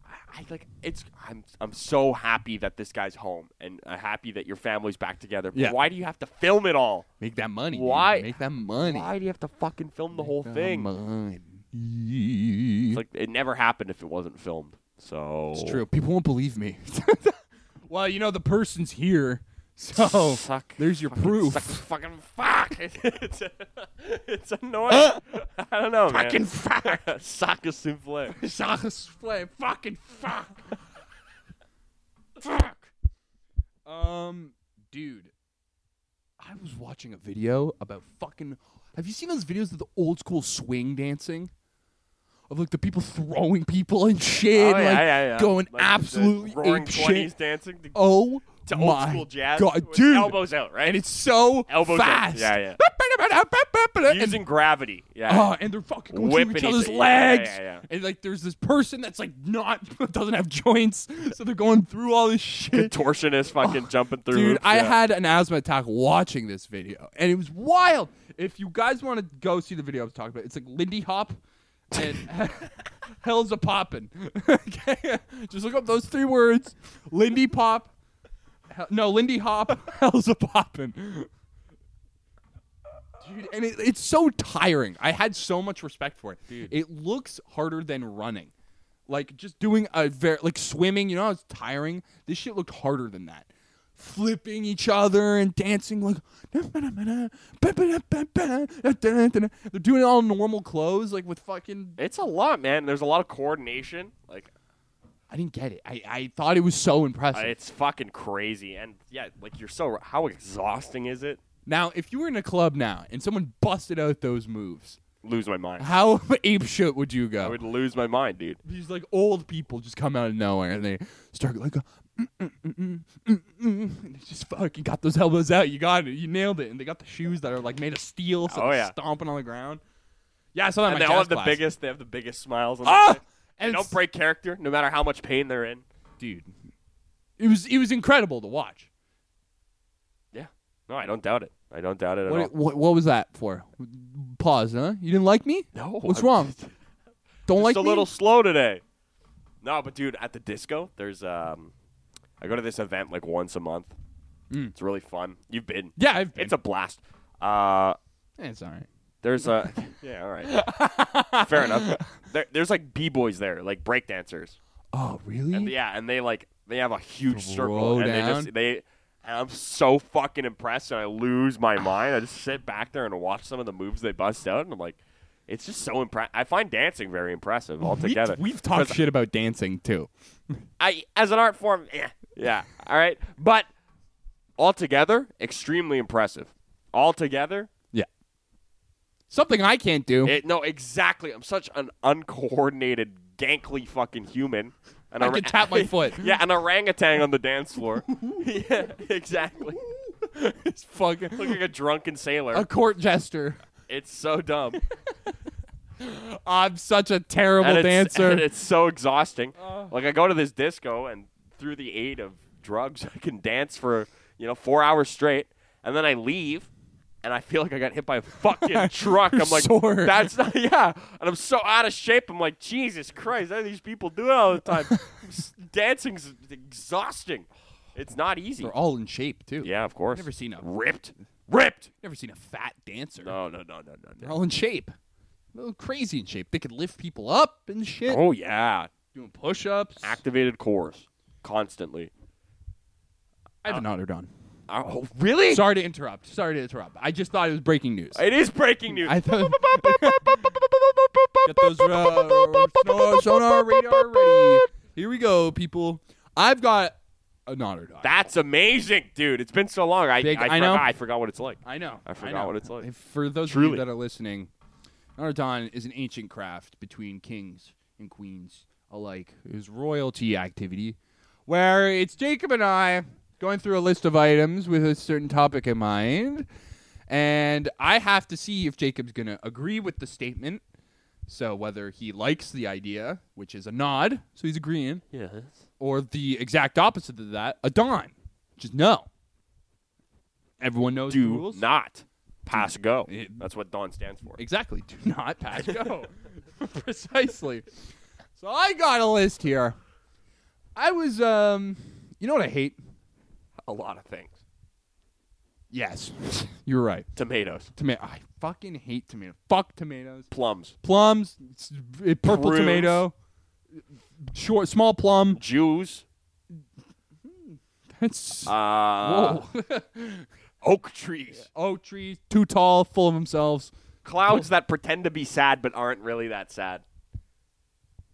I- I like it's. I'm. I'm so happy that this guy's home, and uh, happy that your family's back together. But
Yeah.
why do you have to film it all?
Make that money. dude.
Why-
Make that money.
Why do you have to fucking film the whole
Make that
thing?
money.
It's like it never happened if it wasn't filmed. So
It's true. People won't believe me. well, you know the person's here, so
Suck.
Oh, there's your
fucking
proof.
Suck, fucking fuck. it's, it's annoying. I don't know, man.
Uh. Fucking
fuck. suck a souffle.
Socks flame. Fucking fuck. fuck. Um, dude, I was watching a video about fucking. Have you seen those videos of the old school swing dancing? Of like the people throwing people and shit,
Oh,
and,
yeah,
like
yeah, yeah.
going
Like the
absolutely
roaring
ape
20s
shit.
dancing to,
Oh
to
my
old school jazz.
god,
with
dude!
Elbows out, right?
And it's so
Elbows out.
fast.
Yeah, yeah.
And-
using gravity. Yeah.
Oh, and they're fucking going through
Whipping
each
each
other's
other. Yeah, yeah,
legs.
yeah, yeah.
And like, there's this person that's like not doesn't have joints, so they're going through all this shit.
Contortionist fucking jumping through.
Oh, Dude,
hoops,
I
yeah.
had an asthma attack watching this video, and it was wild. If you guys want to go see the video I was talking about, it's like Lindy Hop, and hell's a poppin'. okay? Just look up those three words: Lindy Pop. Hell, no, Lindy Hop. Hell's a poppin'. Dude, and it, it's so tiring. I had so much respect for it. Dude. It looks harder than running. Like just doing a very like swimming, you know, it's tiring. This shit looked harder than that. Flipping each other and dancing like they're doing it all in normal clothes, like with fucking
It's a lot, man. There's a lot of coordination. Like
I didn't get it. I, I thought it was so
uh,
impressive.
it's fucking crazy. And yeah, like you're so r- how exhausting is it?
now, if you were in a club now and someone busted out those moves,
Lose my mind.
how ape shit would you go?
I would lose my mind, dude.
These like old people just come out of nowhere and they start like, mm, mm, mm, mm, mm, mm, and they just fucking got those elbows out. You got it. You nailed it. And they got the shoes that are like made of steel, so
Oh,
they're
yeah.
stomping on the ground. Yeah, I saw that. in
And
my
they all
jazz
have the
class.
biggest. They have the biggest smiles. On
Ah!
their face. They
And
don't
it's-
break character, no matter how much pain they're in.
dude. It was it was incredible to watch.
Yeah. No, I don't doubt it. I don't doubt it at all.
What, what what was that for? Pause, huh? You didn't like me?
No,
What's
I'm
wrong?
just-
Don't like
Just a
me?
little slow today. No, but dude, at the disco, there's um, I go to this event like once a month. It's really fun. You've been.
Mm. Yeah, I've been.
It's a blast. Uh,
Eh, it's all right.
there's a yeah, all right, fair enough. There, there's like b boys there, like breakdancers.
Oh, really?
And yeah, and they like they have a huge
Throw
circle, and they
down?
just they. And I'm so fucking impressed, and I lose my mind. I just sit back there and watch some of the moves they bust out, and I'm like, it's just so impressive. I find dancing very impressive altogether.
We, have talked
'Cause
shit about dancing too.
I as an art form, eh. yeah, all right. But altogether, extremely impressive. Altogether,
Yeah. Something I can't do.
it, no, exactly. I'm such an uncoordinated, gankly fucking human. An
I
orang-
could tap my foot.
yeah, an orangutan on the dance floor. yeah, exactly.
it's fucking
Look like a drunken sailor.
a court jester.
It's so dumb.
I'm such a terrible
and it's,
dancer. Uh.
and it's so exhausting. like I go to this disco and through the aid of drugs, I can dance for you know four hours straight, and then I leave, and I feel like I got hit by a fucking truck. I'm like,
Sore.
that's not yeah, and I'm so out of shape. I'm like, Jesus Christ, how do these people do it all the time? S- Dancing's exhausting. It's not easy.
They're all in shape too.
yeah, of course.
Never seen a
ripped, ripped.
never seen a fat dancer.
No, no, no, no, no,
They're
no.
all in shape. They're crazy in shape. They could lift people up and shit.
Oh yeah,
Doing push-ups.
activated cores constantly.
I have not done.
Oh, really?
Sorry to interrupt. Sorry to interrupt. I just thought it was breaking news.
It is breaking news.
I thought. Get those uh, sonar, sonar radar ready. Here we go, people. I've got an otter dog.
That's amazing, dude. It's been so long. I
Big-
I,
I
forgot,
know.
I forgot what it's like.
I know.
I forgot
know.
what it's like.
If- for those of
Truly.
you that are listening, Nardan is an ancient craft between kings and queens alike. It is royalty activity, where it's Jacob and I going through a list of items with a certain topic in mind, and I have to see if Jacob's going to agree with the statement. So whether he likes the idea, which is a nod, so he's agreeing,
Yes.
or the exact opposite of that, a don, which is no. Everyone knows the
Do
rules.
not pass go.
It-
That's what Don stands for.
Exactly. Do not pass go. Precisely. So I got a list here. I was um you know what I hate?
A lot of things.
Yes. You're right.
Tomatoes,
Tomato I fucking hate tomatoes. Fuck tomatoes.
plums,
Plums, s- eh, purple
Prunes.
tomato, short small plum.
Jews,
That's
uh,
whoa.
oak trees,
Oak trees, too tall, full of themselves.
clouds that pretend to be sad but aren't really that sad.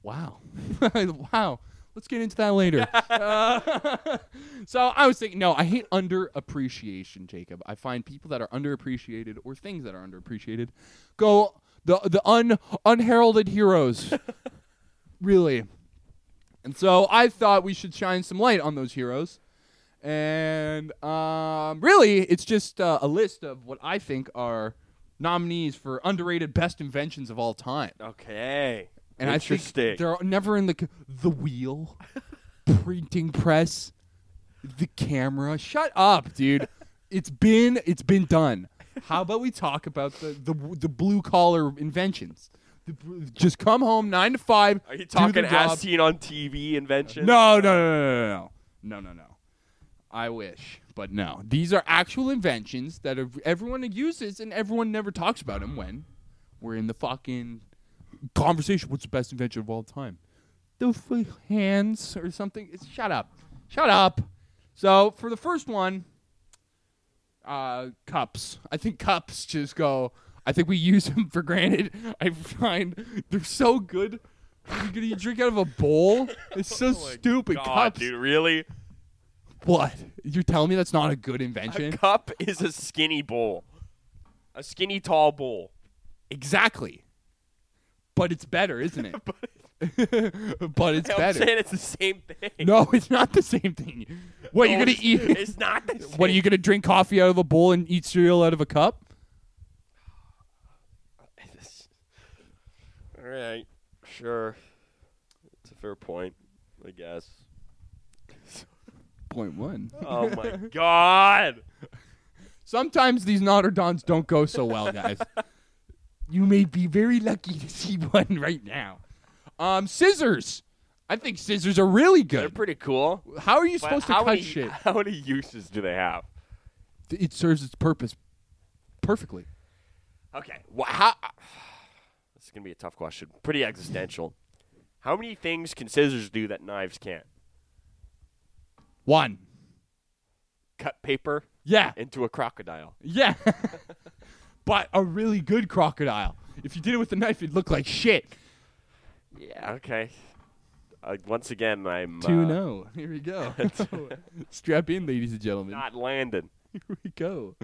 Wow. wow. Let's get into that later. Uh, so I was thinking, no, I hate underappreciation, Jacob. I find people that are underappreciated or things that are underappreciated go the the un unheralded heroes. really. And so I thought we should shine some light on those heroes. And um, really, it's just uh, a list of what I think are nominees for underrated best inventions of all time
Okay.
and I think
Interesting.
they're never in the c- the wheel, printing press, the camera. Shut up, dude. It's been it's been done. How about we talk about the the, the blue collar inventions, Just come home nine to five.
Are you
do the
talking
job.
as seen on TV invention?
No, no, no, no, no, no, no, no, no. I wish, but no. These are actual inventions that ev- everyone uses, and everyone never talks about them when we're in the fucking conversation. What's the best invention of all time? The f- hands or something. It's, shut up, shut up. So for the first one, uh, cups. I think cups just go. I think we use them for granted. I find they're so good. You, gonna- you drink out of a bowl. It's so stupid.
Oh God,
cups.
dude, really?
What? You're telling me that's not a good
A
invention?
cup is a skinny bowl, a skinny tall bowl.
exactly. But it's better, isn't it? but, it's
I'm
better.
saying it's the same thing.
No, it's not the same thing. What you
No,
gonna
it's-
eat?
It's not the same.
What are you gonna drink coffee out of a bowl and eat cereal out of a cup?
All right, sure. It's a fair point, I guess.
Point one.
Oh my god!
Sometimes these Notre Dons don't go so well, guys. you may be very lucky to see one right now. Um, scissors. I think scissors are really
They're
good.
pretty cool.
how are you
but
supposed to
how
cut
many,
shit?
How many uses do they have?
It serves its purpose perfectly.
Okay. Wha how, this is gonna be a tough question. Pretty existential. How many things can scissors do that knives can't?
One.
Cut paper
Yeah.
into a crocodile.
Yeah. but a really good crocodile. If you did it with a knife, it'd look like shit.
Yeah. Okay. Uh, once again, I'm uh,
2 0. Here we go. Strap in, ladies and gentlemen.
not landing.
Here we go.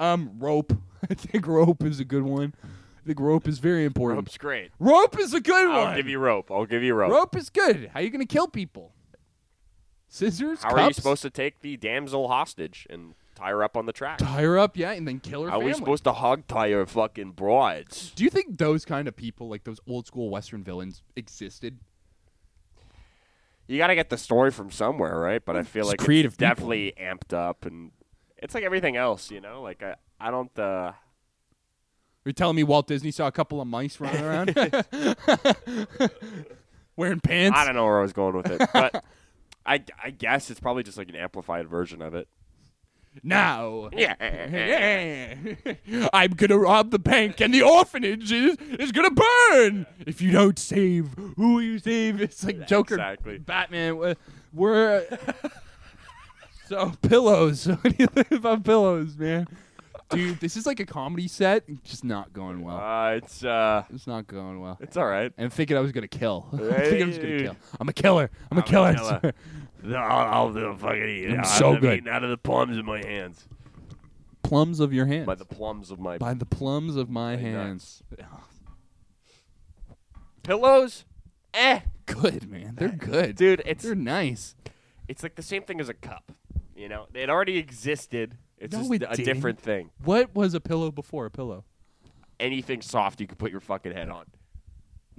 Um, rope. I think rope is a good one. I think rope is very important.
Rope's great.
Rope is a good
I'll
one.
give you rope. I'll give you rope.
rope is good. How you going to kill people? Scissors?
How
cups?
are you supposed to take the damsel hostage and tie her up on the track?
tie her up? Yeah, and then kill her
How are
family.
we supposed to hog tie her fucking broads?
Do you think those kind of people, like those old school Western villains, existed?
You gotta get the story from somewhere, right? But I feel
It's
like
creative
it's
people.
definitely amped up, and it's like everything else, you know. Like I, I don't. Uh,
You're telling me Walt Disney saw a couple of mice running around wearing pants?
I don't know where I was going with it, but I, I guess it's probably just like an amplified version of it.
Now,
Yeah.
I'm gonna rob the bank, and the orphanage is, is gonna burn if you don't save who you save. It's like Joker,
exactly.
Batman. We're, we're so pillows. What do you think about pillows, man? Dude, this is like a comedy set. It's Just not going well.
Uh, it's uh,
It's not going well.
it's all right.
And thinking I was gonna kill. I'm thinking I was gonna
Hey.
kill. I'm a killer. I'm a killer. I
killer.
swear.
I'll, I'll do fucking eat.
I'm so
I'm
good.
eating out of the plums in my hands.
Plums of your hands.
By the plums of my
By the plums of my hands.
pillows. Eh,
Good man, they're good.
dude, it's
They're nice.
it's like the same thing as a cup. You know, it already existed. It's
No,
just
it
a
didn't.
different thing.
What was a pillow before a pillow?
Anything soft you could put your fucking head on.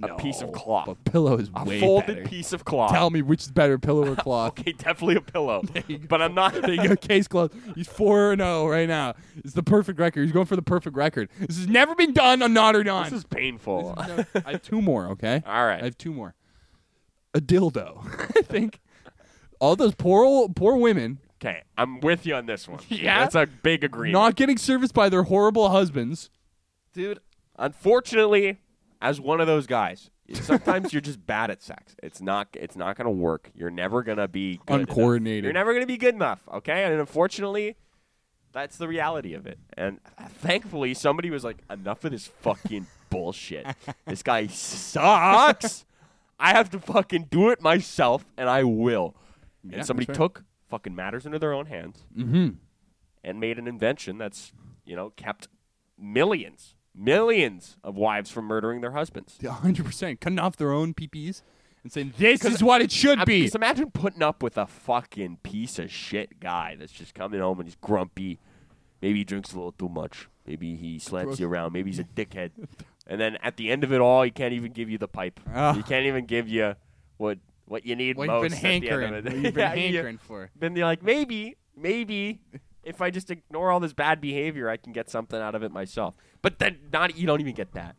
A piece of cloth.
A Oh, pillow is
a
way
folded
better.
piece of cloth.
Tell me which is better, pillow or cloth?
okay, definitely a pillow. But I'm not.
There you go, case closed. He's four and zero right now. It's the perfect record. He's going for the perfect record. This has never been done on Not or Don.
This is painful.
I have two more. Okay.
All right.
I have two more. A dildo. I think all those poor old, poor women
Okay, I'm with you on this one.
Yeah?
that's a big agreement.
not getting serviced by their horrible husbands.
dude. Unfortunately, as one of those guys, sometimes you're just bad at sex. It's not. It's not gonna work. You're never gonna be good enough.
Uncoordinated.
You're never gonna be good enough. Okay, and unfortunately, that's the reality of it. And uh, thankfully, somebody was like, "Enough of this fucking bullshit. This guy sucks. I have to fucking do it myself, and I will."
Yeah,
and somebody
that's right. Mm-hmm.
took fucking matters into their own hands and made an invention that's you know kept millions millions of wives from murdering their husbands
hundred percent cutting off their own PPs and saying this is what it should
I mean,
be.
just imagine putting up with a fucking piece of shit guy that's just coming home and he's grumpy maybe he drinks a little too much maybe he slaps you around maybe he's a dickhead and then at the end of it all he can't even give you the pipe
Ah.
he can't even give you what what you need
what
most
you've
at
been
the end of
hankering,
it.
what you've been
Yeah, you-
hankering for.
then they're like, maybe, maybe if I just ignore all this bad behavior, I can get something out of it myself. But then not you don't even get that.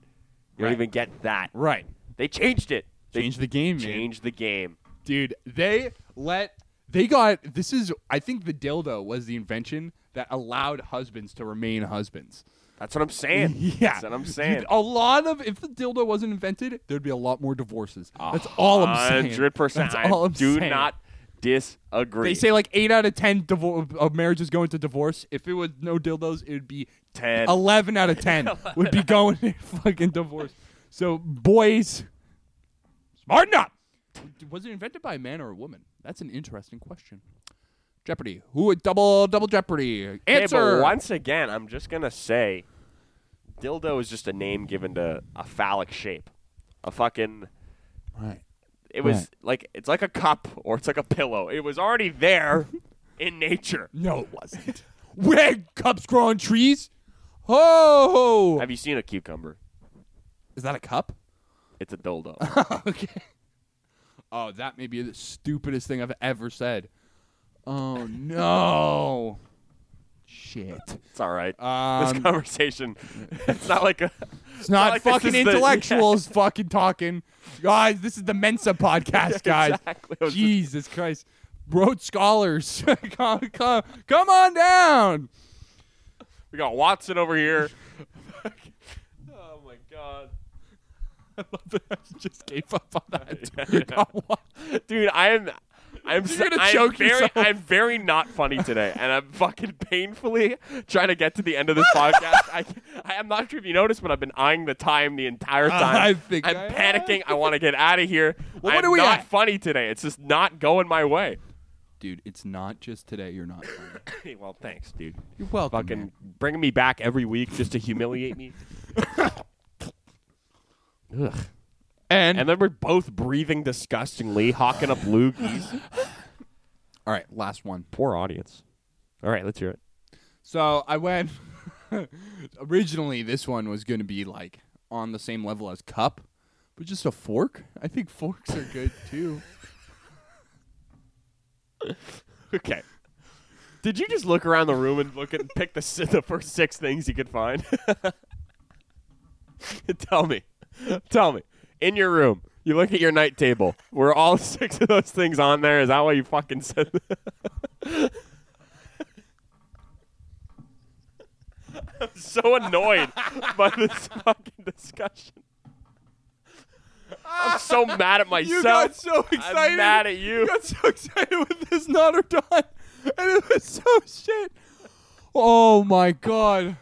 You
Right.
don't even get that.
Right.
They changed it. They
Change the game, man.
changed the game.
Dude, they let they got this is I think the dildo was the invention that allowed husbands to remain husbands.
That's what I'm saying.
Yeah.
That's what I'm saying.
Dude, a lot of if the dildo wasn't invented, there'd be a lot more divorces. That's all I'm saying.
100%.
That's
I
all I'm
do
saying.
not disagree.
They say like eight out of ten divor- of marriages going to divorce. If it was no dildos, it'd be
10.
Eleven out of ten would be going to fucking divorce. So boys, smarten up. Was it invented by a man or a woman? That's an interesting question. Jeopardy. Who would double double Jeopardy?
Okay,
Answer.
but once again, I'm just gonna say, dildo is just a name given to a phallic shape, a fucking.
Right.
It was
Right.
like it's like a cup or it's like a pillow. It was already there in nature.
No, it wasn't. Where cups grow on trees? Oh,
Have you seen a cucumber?
is that a cup?
It's a dildo.
okay. Oh, that may be the stupidest thing I've ever said. Oh no. Shit.
it's all right. this
Um,
conversation, it's not like a.
It's not,
like this
fucking
is the-
intellectuals fucking talking. Guys, this is the Mensa podcast, guys.
exactly. I was just-
Jesus Christ. Road scholars, come, come, come on down.
We got Watson over here. oh my god.
I love that I just gave up on that.
Yeah.
Come on.
Dude, I am. I'm, so-
gonna
I'm
choke
very,
yourself.
I'm very not funny today, and I'm fucking painfully trying to get to the end of this podcast. I, I, am not sure if you noticed, but I've been eyeing the time the entire time.
Uh, I think
I'm
I-
panicking. I want to get out of here.
Well,
I'm
what are we
not
at?
funny today. It's just not going my way.
Dude, it's not just today. You're not. funny.
Hey, well, thanks, dude.
You're welcome.
Fucking
man.
bringing me back every week just to humiliate me,
And,
and then we're both breathing disgustingly, hawking up loogies.
all right, last one.
Poor audience. All right, let's hear it.
So I went. originally, this one was going to be like on the same level as cup, but just a fork. I think forks are good too.
Okay. Did you just look around the room and look at pick the si- the first six things you could find? Tell me. Tell me. In your room, you look at your night table. Were all six of those things on there? Is that why you fucking said that? I'm so annoyed by this fucking discussion. I'm so mad at myself.
You got so excited.
I'm mad at you.
You got so excited with this not or done, and it was so shit. Oh my god!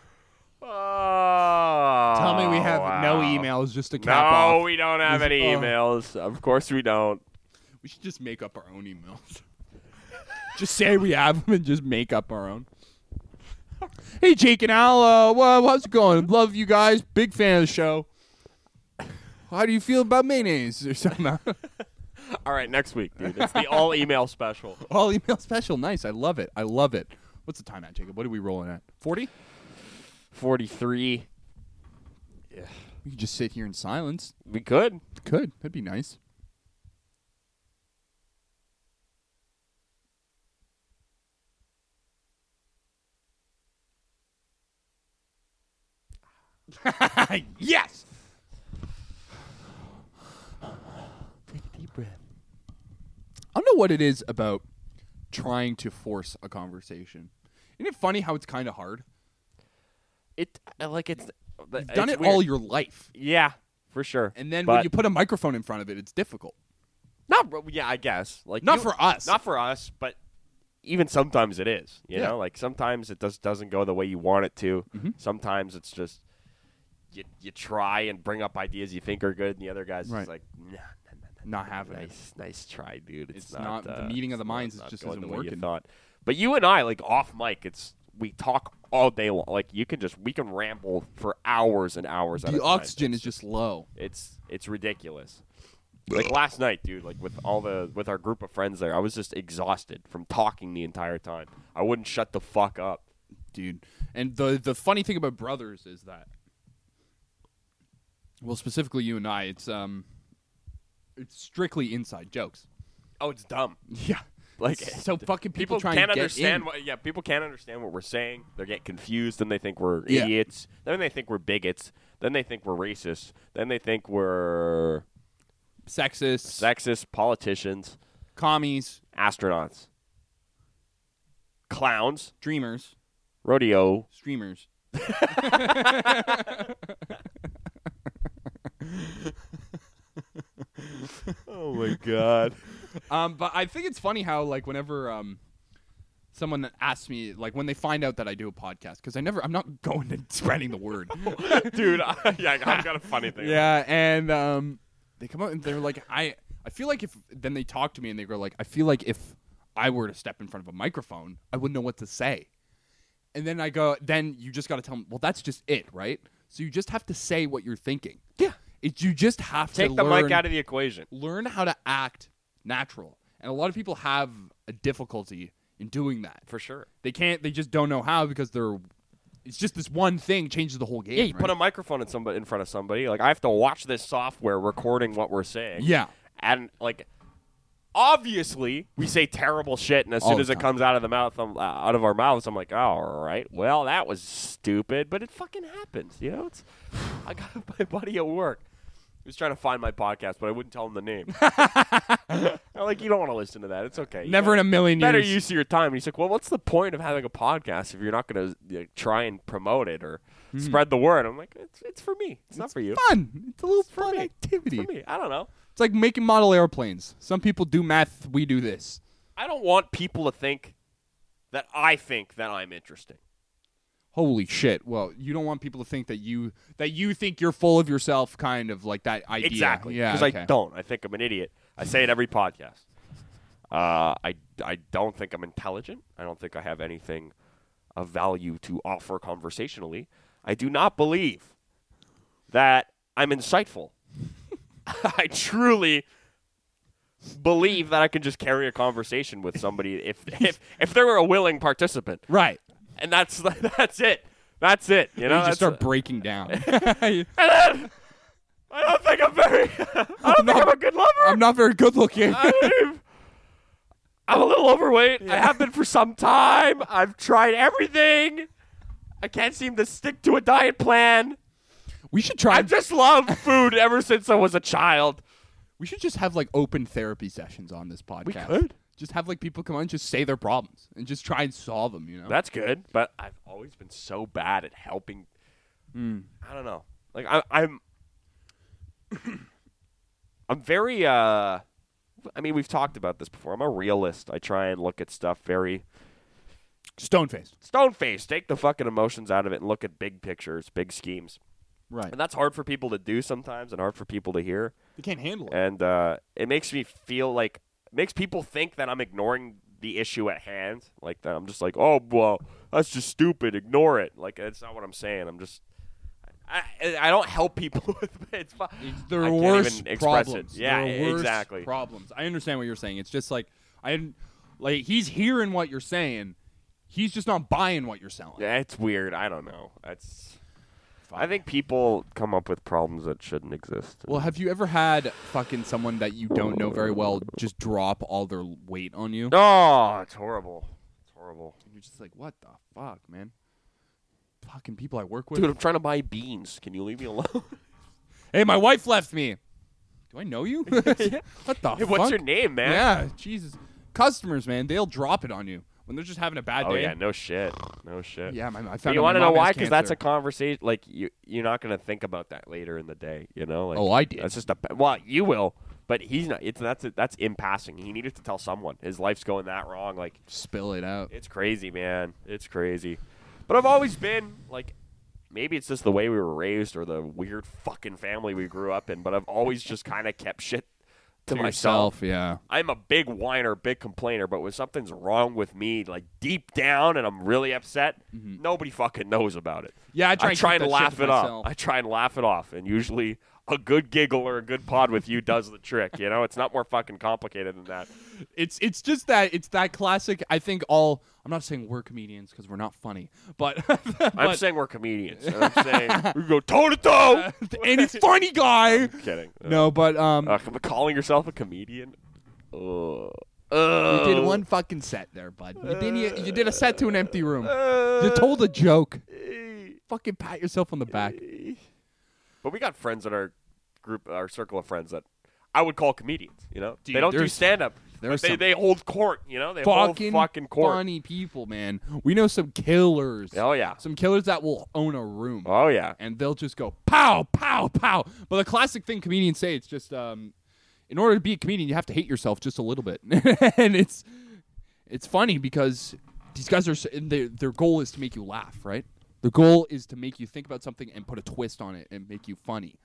Oh,
Tell me we have no
wow.
emails just to
No,
cap off.
we don't have
This-
any
oh.
emails. Of course we don't.
We should just make up our own emails. just say we have them and just make up our own. Hey, Jake and Al, uh, wha- how's it going? Love you guys. Big fan of the show. How do you feel about mayonnaise or something?
All right, next week, dude. It's the all email special.
All email special. Nice. I love it. I love it. What's the time at, Jacob? What are we rolling at? 40?
43.
We could just sit here in silence.
We could.
Could. That'd be nice. yes.
Take a deep breath.
I don't know what it is about trying to force a conversation. Isn't it funny how it's kind of hard?
It I
uh,
like it's You've
Done it all your life,
Yeah, for sure.
and then when
But-
you put a microphone in front of it, it's difficult.
not ro- yeah, I guess. Like
Not
you-
for us.
Not for us, but even sometimes it is, you
Yeah. Mm-hmm.
know? Like sometimes it just doesn't go the way you want it to. Sometimes it's just you, you try and bring up ideas you think are good and the other guys
Right.
just like nah, nah, nah, nah,
Not having it.
Nice, nice try, dude. It's,
It's not- the
uh,
meeting of the
it's
minds
not
is just
going the
isn't
way you
working.
thought. But you and I, like off mic, it's we talk all day long. Like you can just we can ramble for hours and hours. at a
The
time.
oxygen is just low.
It's it's ridiculous. Like last night, dude. Like with all the with our group of friends there, I was just exhausted from talking the entire time. I wouldn't shut the fuck up.
dude. And the the funny thing about brothers is that, well, specifically you and I, it's um, it's strictly inside jokes.
Oh, it's dumb.
Yeah,
Like
so fucking people,
people,
try
can't
and get
understand
in.
what yeah people can't understand what we're saying. They get confused and they think we're
Yeah.
idiots. Then they think we're bigots. Then they think we're racist. Then they think we're
Sexist,
sexist politicians,
commies,
astronauts, clowns,
dreamers,
rodeo.
streamers.
Oh my god.
Um, but I think it's funny how like whenever um, someone asks me like when they find out that I do a podcast because I never I'm not going and spreading the word.
Dude, I, yeah, I've got a funny thing.
yeah, and um, they come out and they're like I I feel like if then they talk to me and they go like I feel like if I were to step in front of a microphone I wouldn't know what to say, and then I go then you just got to tell them well that's just it right so you just have to say what you're thinking yeah it, you just have to
Take the
learn,
mic out of the equation.
learn how to act natural. And a lot of people have a difficulty in doing that.
For sure.
They can't. They just don't know how because they're. It's just this one thing changes the whole game.
Yeah, you
right?
put a microphone in somebody in front of somebody. Like I have to watch this software recording what we're saying.
Yeah.
and like obviously we say terrible shit, and as
All
soon
the
as it
time.
comes out of the mouth, I'm, uh, out of our mouths, I'm like, all right, well that was stupid, but it fucking happens. You know, it's I got my buddy at work. He was trying to find my podcast, but I wouldn't tell him the name. I'm like, you don't want to listen to that. It's okay. You
Never in
gotta-
a million
better
years.
use of your time. And he's like, well, what's the point of having a podcast if you're not going to like, try and promote it or spread the word? I'm like, it's, it's for me. It's, not for you.
fun. It's a little
for
fun
me.
activity.
It's for me. I don't know.
It's like making model airplanes. Some people do math. We do this.
I don't want people to think that I think that I'm interesting.
Holy shit! Well, you don't want people to think that you that you think you're full of yourself, kind of like that idea.
Exactly.
Yeah.
Because
okay.
I don't. I think I'm an idiot. I say it every podcast. Uh, I, I don't think I'm intelligent. I don't think I have anything of value to offer conversationally. I do not believe that I'm insightful. I truly believe that I can just carry a conversation with somebody if if if they were a willing participant.
Right.
And that's that's it. That's it. You know,
you
that's-
just start breaking down.
I don't think I'm very. I don't think
not-
I'm a good lover.
I'm not very good looking.
I'm, I'm a little overweight. I have been for some time. I've tried everything. I can't seem to stick to a diet plan.
we should try.
I've just loved food ever since I was a child.
We should just have like open therapy sessions on this podcast.
could.
Just have like people come on and just say their problems and just try and solve them, you know?
That's good, but I've always been so bad at helping. I don't know. Like I, I'm, I'm very. uh I mean, we've talked about this before. I'm a realist. I try and look at stuff very
Stone faced.
stone faced. Take the fucking emotions out of it and look at big pictures, big schemes.
Right.
And that's hard for people to do sometimes and hard for people to hear.
They can't handle it.
And uh, it makes me feel like, makes people think that I'm ignoring the issue at hand. Like that I'm just like, oh, well, that's just stupid. Ignore it. Like, that's not what I'm saying. I'm just, I, I I don't help people with it's fu-
There
I
are
can't
worse
even express
problems.
It. Yeah,
there are worse
exactly.
Problems. I understand what you're saying. It's just like I didn't- like he's hearing what you're saying. He's just not buying what you're selling.
yeah, it's weird. I don't know. That's. I think people come up with problems that shouldn't exist.
Well, have you ever had fucking someone that you don't know very well just drop all their weight on you?
oh, it's horrible. It's horrible.
You're just like, what the fuck, man? Fucking people I work with.
Dude, I'm trying to buy beans. Can you leave me alone?
Hey, my wife left me. Do I know you? what the
Hey,
fuck?
what's your name, man?
Yeah, Jesus. Customers, man, they'll drop it on you when they're just having a bad
Oh
day.
yeah, no shit, no shit.
Yeah, my, I
But
found
you
want to
know why? Because that's a conversation. Like you, you're not gonna think about that later in the day. You know? Like,
Oh, I did.
That's just a. Well, you will, but he's not. It's that's that's in passing. He needed to tell someone his life's going that wrong. Like
Spill it out.
it's crazy, man. It's crazy. But I've always been like, maybe it's just the way we were raised or the weird fucking family we grew up in. But I've always just kind of kept shit to, myself.
yeah.
I'm a big whiner, big complainer, but when something's wrong with me, like deep down, and I'm really upset, nobody fucking knows about it.
Mm-hmm. Yeah, I try
I
and
try
keep
and
that shit
laugh
to
it off.
myself.
I try and laugh it off, and usually a good giggle or a good pod with you does the trick. You know, it's not more fucking complicated than that.
It's it's just that it's that classic. I think all I'm not saying we're comedians because we're not funny, but,
I'm
but
saying we're comedians. and I'm saying we go toe to toe.
any funny guy.
Kidding.
No, but um,
Uh, c- calling yourself a comedian. Ugh.
you did
Ugh.
one fucking set there, bud. You did you, you did a set to an
Uh,
empty room. You told a joke. Fucking pat yourself on the back.
But we got friends in our group, our circle of friends that I would call comedians. You know,
Dude,
they don't do
there's-
stand up.
there's
They
some
they hold court. You know, they
fucking,
hold fucking court.
funny people, man. We know some killers.
Oh yeah.
Some killers that will own a room.
Oh yeah.
and they'll just go pow, pow, pow. But the classic thing comedians say it's just um, in order to be a comedian, you have to hate yourself just a little bit, and it's it's funny because these guys are s- and their their goal is to make you laugh, right? Their goal is to make you think about something and put a twist on it and make you funny.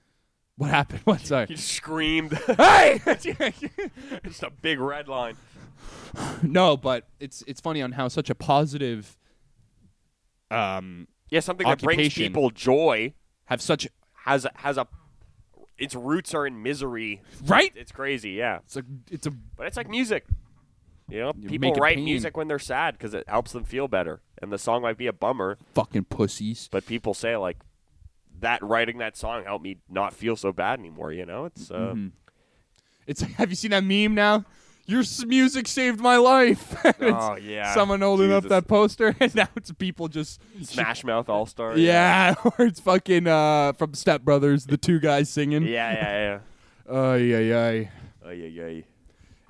What happened? What's that?
He screamed.
Hey!
Just a big red line.
no, but it's it's funny on how such a positive um
Yeah, something that brings
Occupation.
people joy
have such
has a, has a its roots are in misery.
right.
It's crazy. Yeah.
It's like it's a
But it's like music. You know, people
making
write
pain.
music when they're sad because it helps them feel better. And the song might be a bummer,
fucking pussies.
but people say like that writing that song helped me not feel so bad anymore. You know, it's uh,
It's have you seen that meme now? Your s- music saved my life. It's
Oh, yeah.
Someone holding up
Jesus.
that poster, and now it's people just
Smash Mouth All Star.
yeah, or it's fucking uh, from Step Brothers, the two guys singing.
yeah, yeah,
Ay, ay, ay.
yeah. Ay, ay, ay.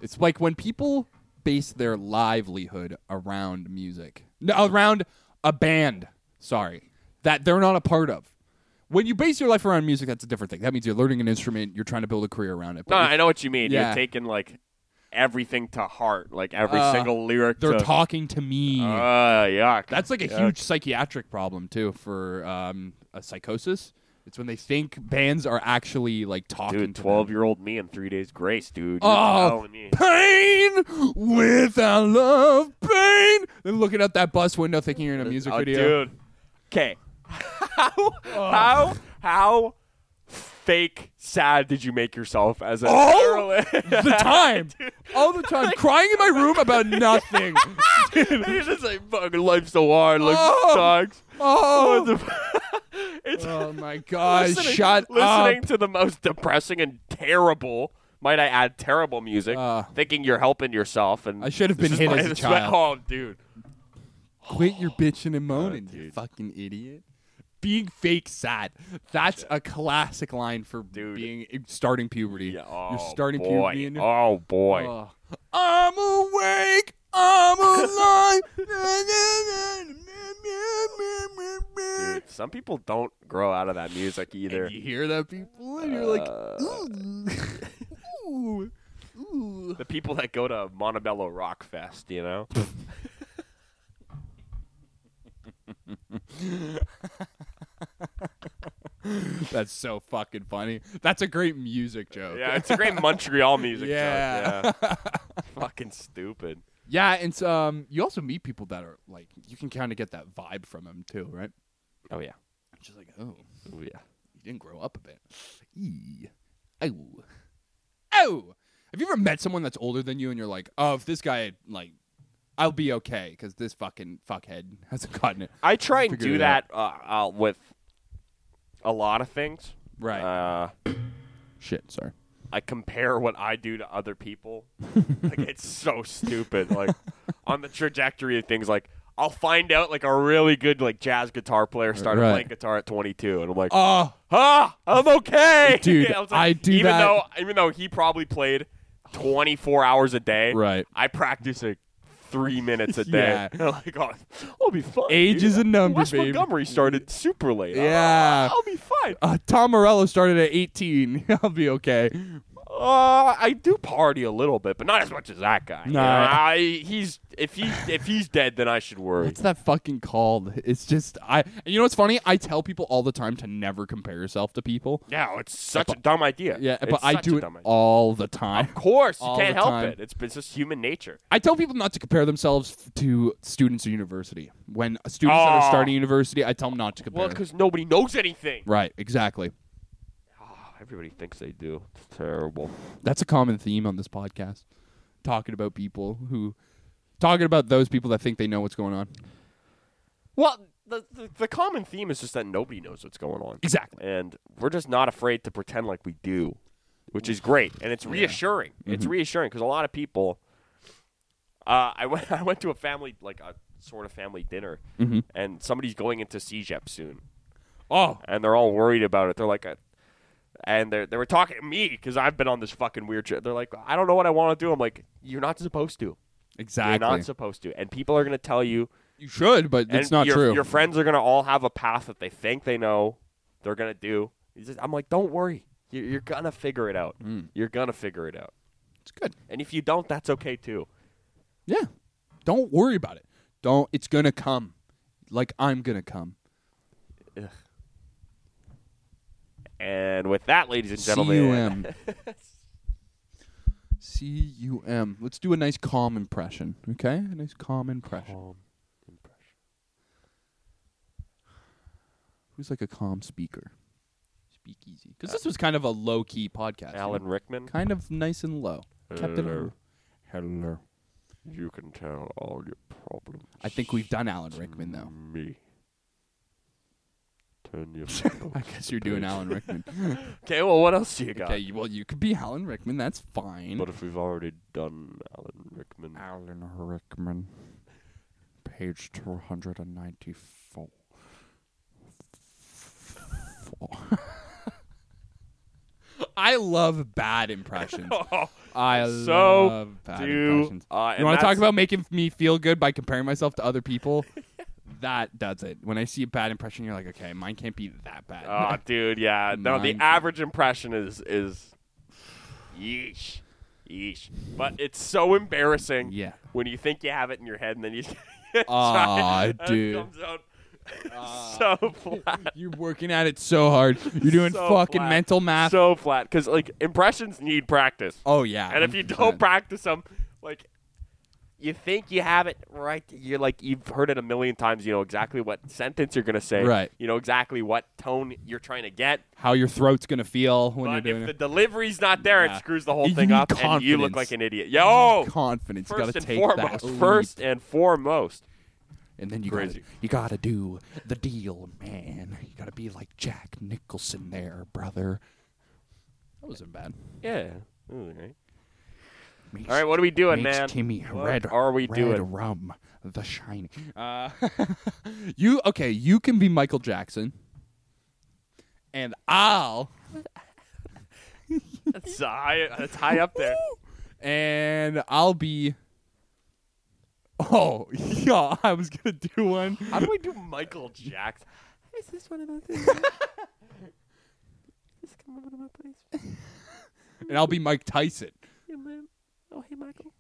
It's like when people base their livelihood around music, no, around a band. Sorry, that they're not a part of. When you base your life around music, that's a different thing. That means you're learning an instrument, you're trying to build a career around it.
No, I know what you mean.
Yeah.
You're taking like everything to heart, like every
Uh,
single lyric.
they're
to,
talking to me.
Uh, yuck.
That's like a
Yuck.
huge psychiatric problem too for um, a psychosis. It's when they think bands are actually like talking
dude.
to
Twelve
them.
year old me in three days grace, dude. You're
Oh,
telling me.
pain without love, pain. They're looking out that bus window, thinking you're in a music
Oh,
video.
dude. Okay. how how how fake sad did you make make yourself as a
Oh!
heroin?
The time, all the time, crying in my room about nothing.
You're just like fucking life's so hard, life
Oh!
sucks. What
Oh,
the f- it's
oh my god!
listening,
Shut
listening
up.
to the most depressing and terrible, might I add, terrible music,
Uh,
thinking you're helping yourself. And
I should have
this
been
is
hit
my-
as a
this is my-
child.
Oh, dude.
Quit
Oh,
your bitching and moaning, you fucking idiot. Being fake sad. That's a classic line for
Dude.
being starting puberty.
Yeah, oh,
You're starting
boy.
puberty. And,
Oh boy.
Oh. I'm awake. I'm alive. And
Dude, some people don't grow out of that music either.
you hear that people, and you're like,
Uh,
ooh, ooh, ooh.
the people that go to Montebello Rock Fest, you know?
That's so fucking funny. That's a great music joke.
yeah, it's a great Montreal music. joke,
Yeah.
yeah. Fucking stupid.
Yeah, and so, um, you also meet people that are like you can kind of get that vibe from them too, right?
Oh yeah.
She's like, oh,
Oh yeah.
you didn't grow up a bit. Eee. Oh, oh. Have you ever met someone that's older than you and you're like, oh, if this guy like, I'll be okay because this fucking fuckhead hasn't gotten it.
I try and
Figured
do
it
that uh, uh, with a lot of things.
Right.
Uh,
Shit, sorry.
I compare what I do to other people. like it's so stupid. Like on the trajectory of things, like I'll find out like a really good like jazz guitar player started
Right.
playing guitar at 22, and I'm like,
Oh,
ah, I'm okay,
Dude,
was
I do
even
that-
though even though he probably played 24 hours a day.
Right.
I practice like three minutes a
Yeah.
day. like oh, I'll be fine.
Age
dude.
is a number,
Wes
baby.
Montgomery started super late.
Yeah.
Ah, I'll be fine.
uh, Tom Morello started at 18. I'll be okay.
Uh, I do party a little bit, but not as much as that guy. You
Nah.
know, I he's if he if he's dead, then I should worry.
What's that fucking called? It's just I. and You know what's funny? I tell people all the time to never compare yourself to people.
No, it's such a dumb idea.
Yeah,
It's
but I
such a
do it
dumb idea.
all the time.
Of course, you
all
can't
the
help
time.
it. It's, it's just human nature.
I tell people not to compare themselves f- to students at university. When students that
Oh.
are starting university, I tell them not to compare.
Well, because nobody knows anything.
right, exactly.
Oh, everybody thinks they do. It's terrible.
That's a common theme on this podcast. Talking about people who, talking about those people that think they know what's going on.
Well, the, the the common theme is just that nobody knows what's going on,
Exactly.
and we're just not afraid to pretend like we do, which is great, and it's reassuring. It's reassuring because a lot of people. Uh, I went. I went to a family like a sort of family dinner, and somebody's going into CJEP soon,
Oh,
and they're all worried about it. They're like, uh, and they they were talking to me because I've been on this fucking weird trip. They're like, I don't know what I want to do. I'm like, you're not supposed to.
Exactly.
You're not supposed to. And people are gonna tell you.
you should, but
and
it's not
your,
true.
Your friends are gonna all have a path that they think they know. They're gonna do. It's just- I'm like, don't worry. You- You're gonna figure it out.
Hmm.
You're gonna figure it out.
it's good.
And if you don't, that's okay too.
Yeah. Don't worry about it. Don't. It's gonna come. Like I'm gonna come.
And with that, ladies and
C
gentlemen,
U M. C U M. Let's do a nice calm impression. Okay. A nice calm impression. Who's like a calm speaker? Speak easy. Because this was kind of a low key podcast. you
Uh, Alan Uh,
know?
Rickman.
Kind of nice and low. Kept it.
Hello.
low.
Hello. You can tell all your problems.
I think we've done Alan Rickman though.
me. Turn your.
I guess you're doing Alan Rickman.
okay, well, what else do you got?
okay. you- Well, you could be Alan Rickman. That's fine.
But if we've already done Alan Rickman,
Alan Rickman, page 294. I love bad impressions. I
Oh, So
love bad
do
impressions.
I, and
you want to talk
that's-
about making me feel good by comparing myself to other people? that does it. When I see a bad impression, you're like, okay, mine can't be that bad.
oh, dude, yeah, no, the
Mine-
average impression is is, yeesh, yeesh. But it's so embarrassing.
Yeah.
When you think you have it in your head, and then you. try
Aw,
and it
dude.
comes out so flat.
you're working at it so hard. You're doing
so
fucking
flat,
mental math.
So flat, because like impressions need practice.
oh yeah.
and if you
100%.
don't practice them, like you think you have it right, you're like you've heard it a million times. You know exactly what sentence you're gonna say.
Right.
You know exactly what tone you're trying to get.
how your throat's gonna feel when
But
you're
if
doing
the
it.
delivery's not there,
Yeah.
it screws the whole
You
thing
need
up, and you look
confidence.
like an idiot. Yo,
Confidence, you
Oh, first
gotta
and
take
foremost,
that leap.
first and foremost,
and then you
Crazy.
gotta, you gotta do the deal, man. You gotta be like Jack Nicholson, there, brother. That wasn't bad.
yeah. All right.
Makes,
All right, what are we doing,
makes
man?
Timmy
What
red.
are we
red
doing?
Rum, the shining. Uh, you okay? You can be Michael Jackson, and I'll
That's high. That's high up there.
and I'll be. Oh yeah, I was gonna do one.
How do we do Michael Jackson? Is this one of those things? Just come over to my place.
and I'll be Mike Tyson.
Yeah, man. Oh, hey, Michael.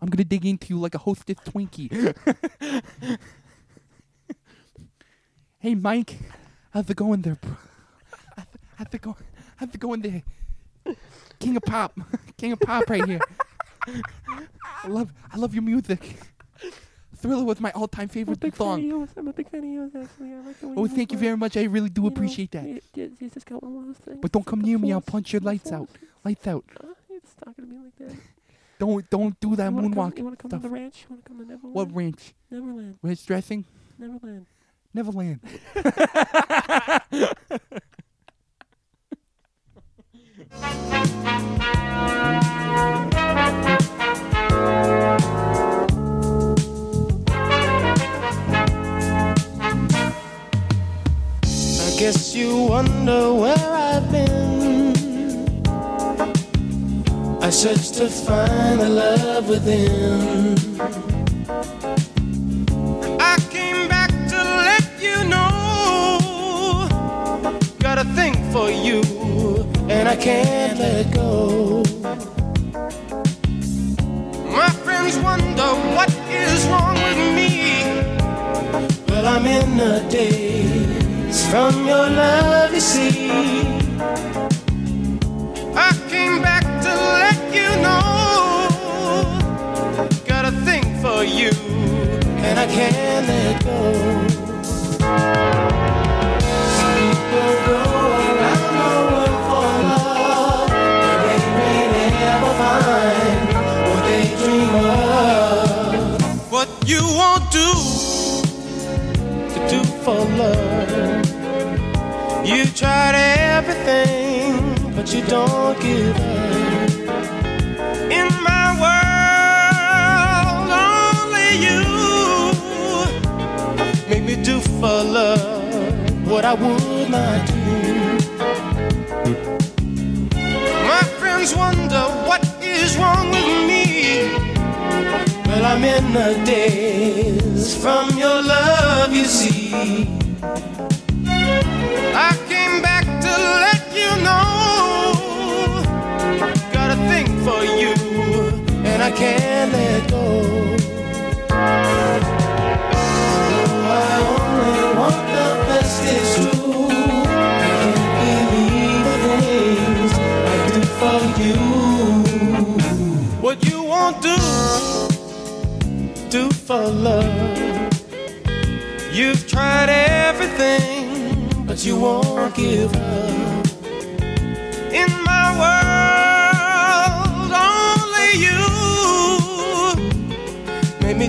I'm gonna dig into you like a hostess Twinkie. hey, Mike, how's it going there, bro? How's it going? How's it going there? King of pop, King of pop, right here. I love, I love your music. Thriller was my all-time favorite song.
yours. I'm a big fan of yours, actually. I like the way
Oh, thank you very much. I really do appreciate that.
You just got one of those things.
But don't come
the
near me. I'll
force-
punch your
the
lights
force
out. Lights out.
Huh? You're just talking to me like that.
Don't, don't do that
you wanna Come,
moonwalk
you want to come
stuff.
to the ranch? You want to come to Neverland?
What ranch?
Neverland.
Ranch dressing?
Neverland.
Neverland.
I guess you wonder where I've been. I searched to find the love within. I came back to let you know. Got a thing for you, and I can't let it go. My friends wonder what is wrong with me. Well, I'm in a daze from your love, you see. I came back to let you know. Got a thing for you, and I can't let go. People go around the world for love, but they may never find what they dream of. What you won't do to do for love. You tried everything, but you don't give up. In my world, only you make me do for love
what I would not do. My friends wonder what is wrong with me. Well, I'm in a daze from your love, you see. I came back to let you know. Got a thing for you, and I can't let go. I only want the best is true. I can't believe the things I do for you. What you won't do, do for love. You've tried everything, but you won't give up. In my world, only you made me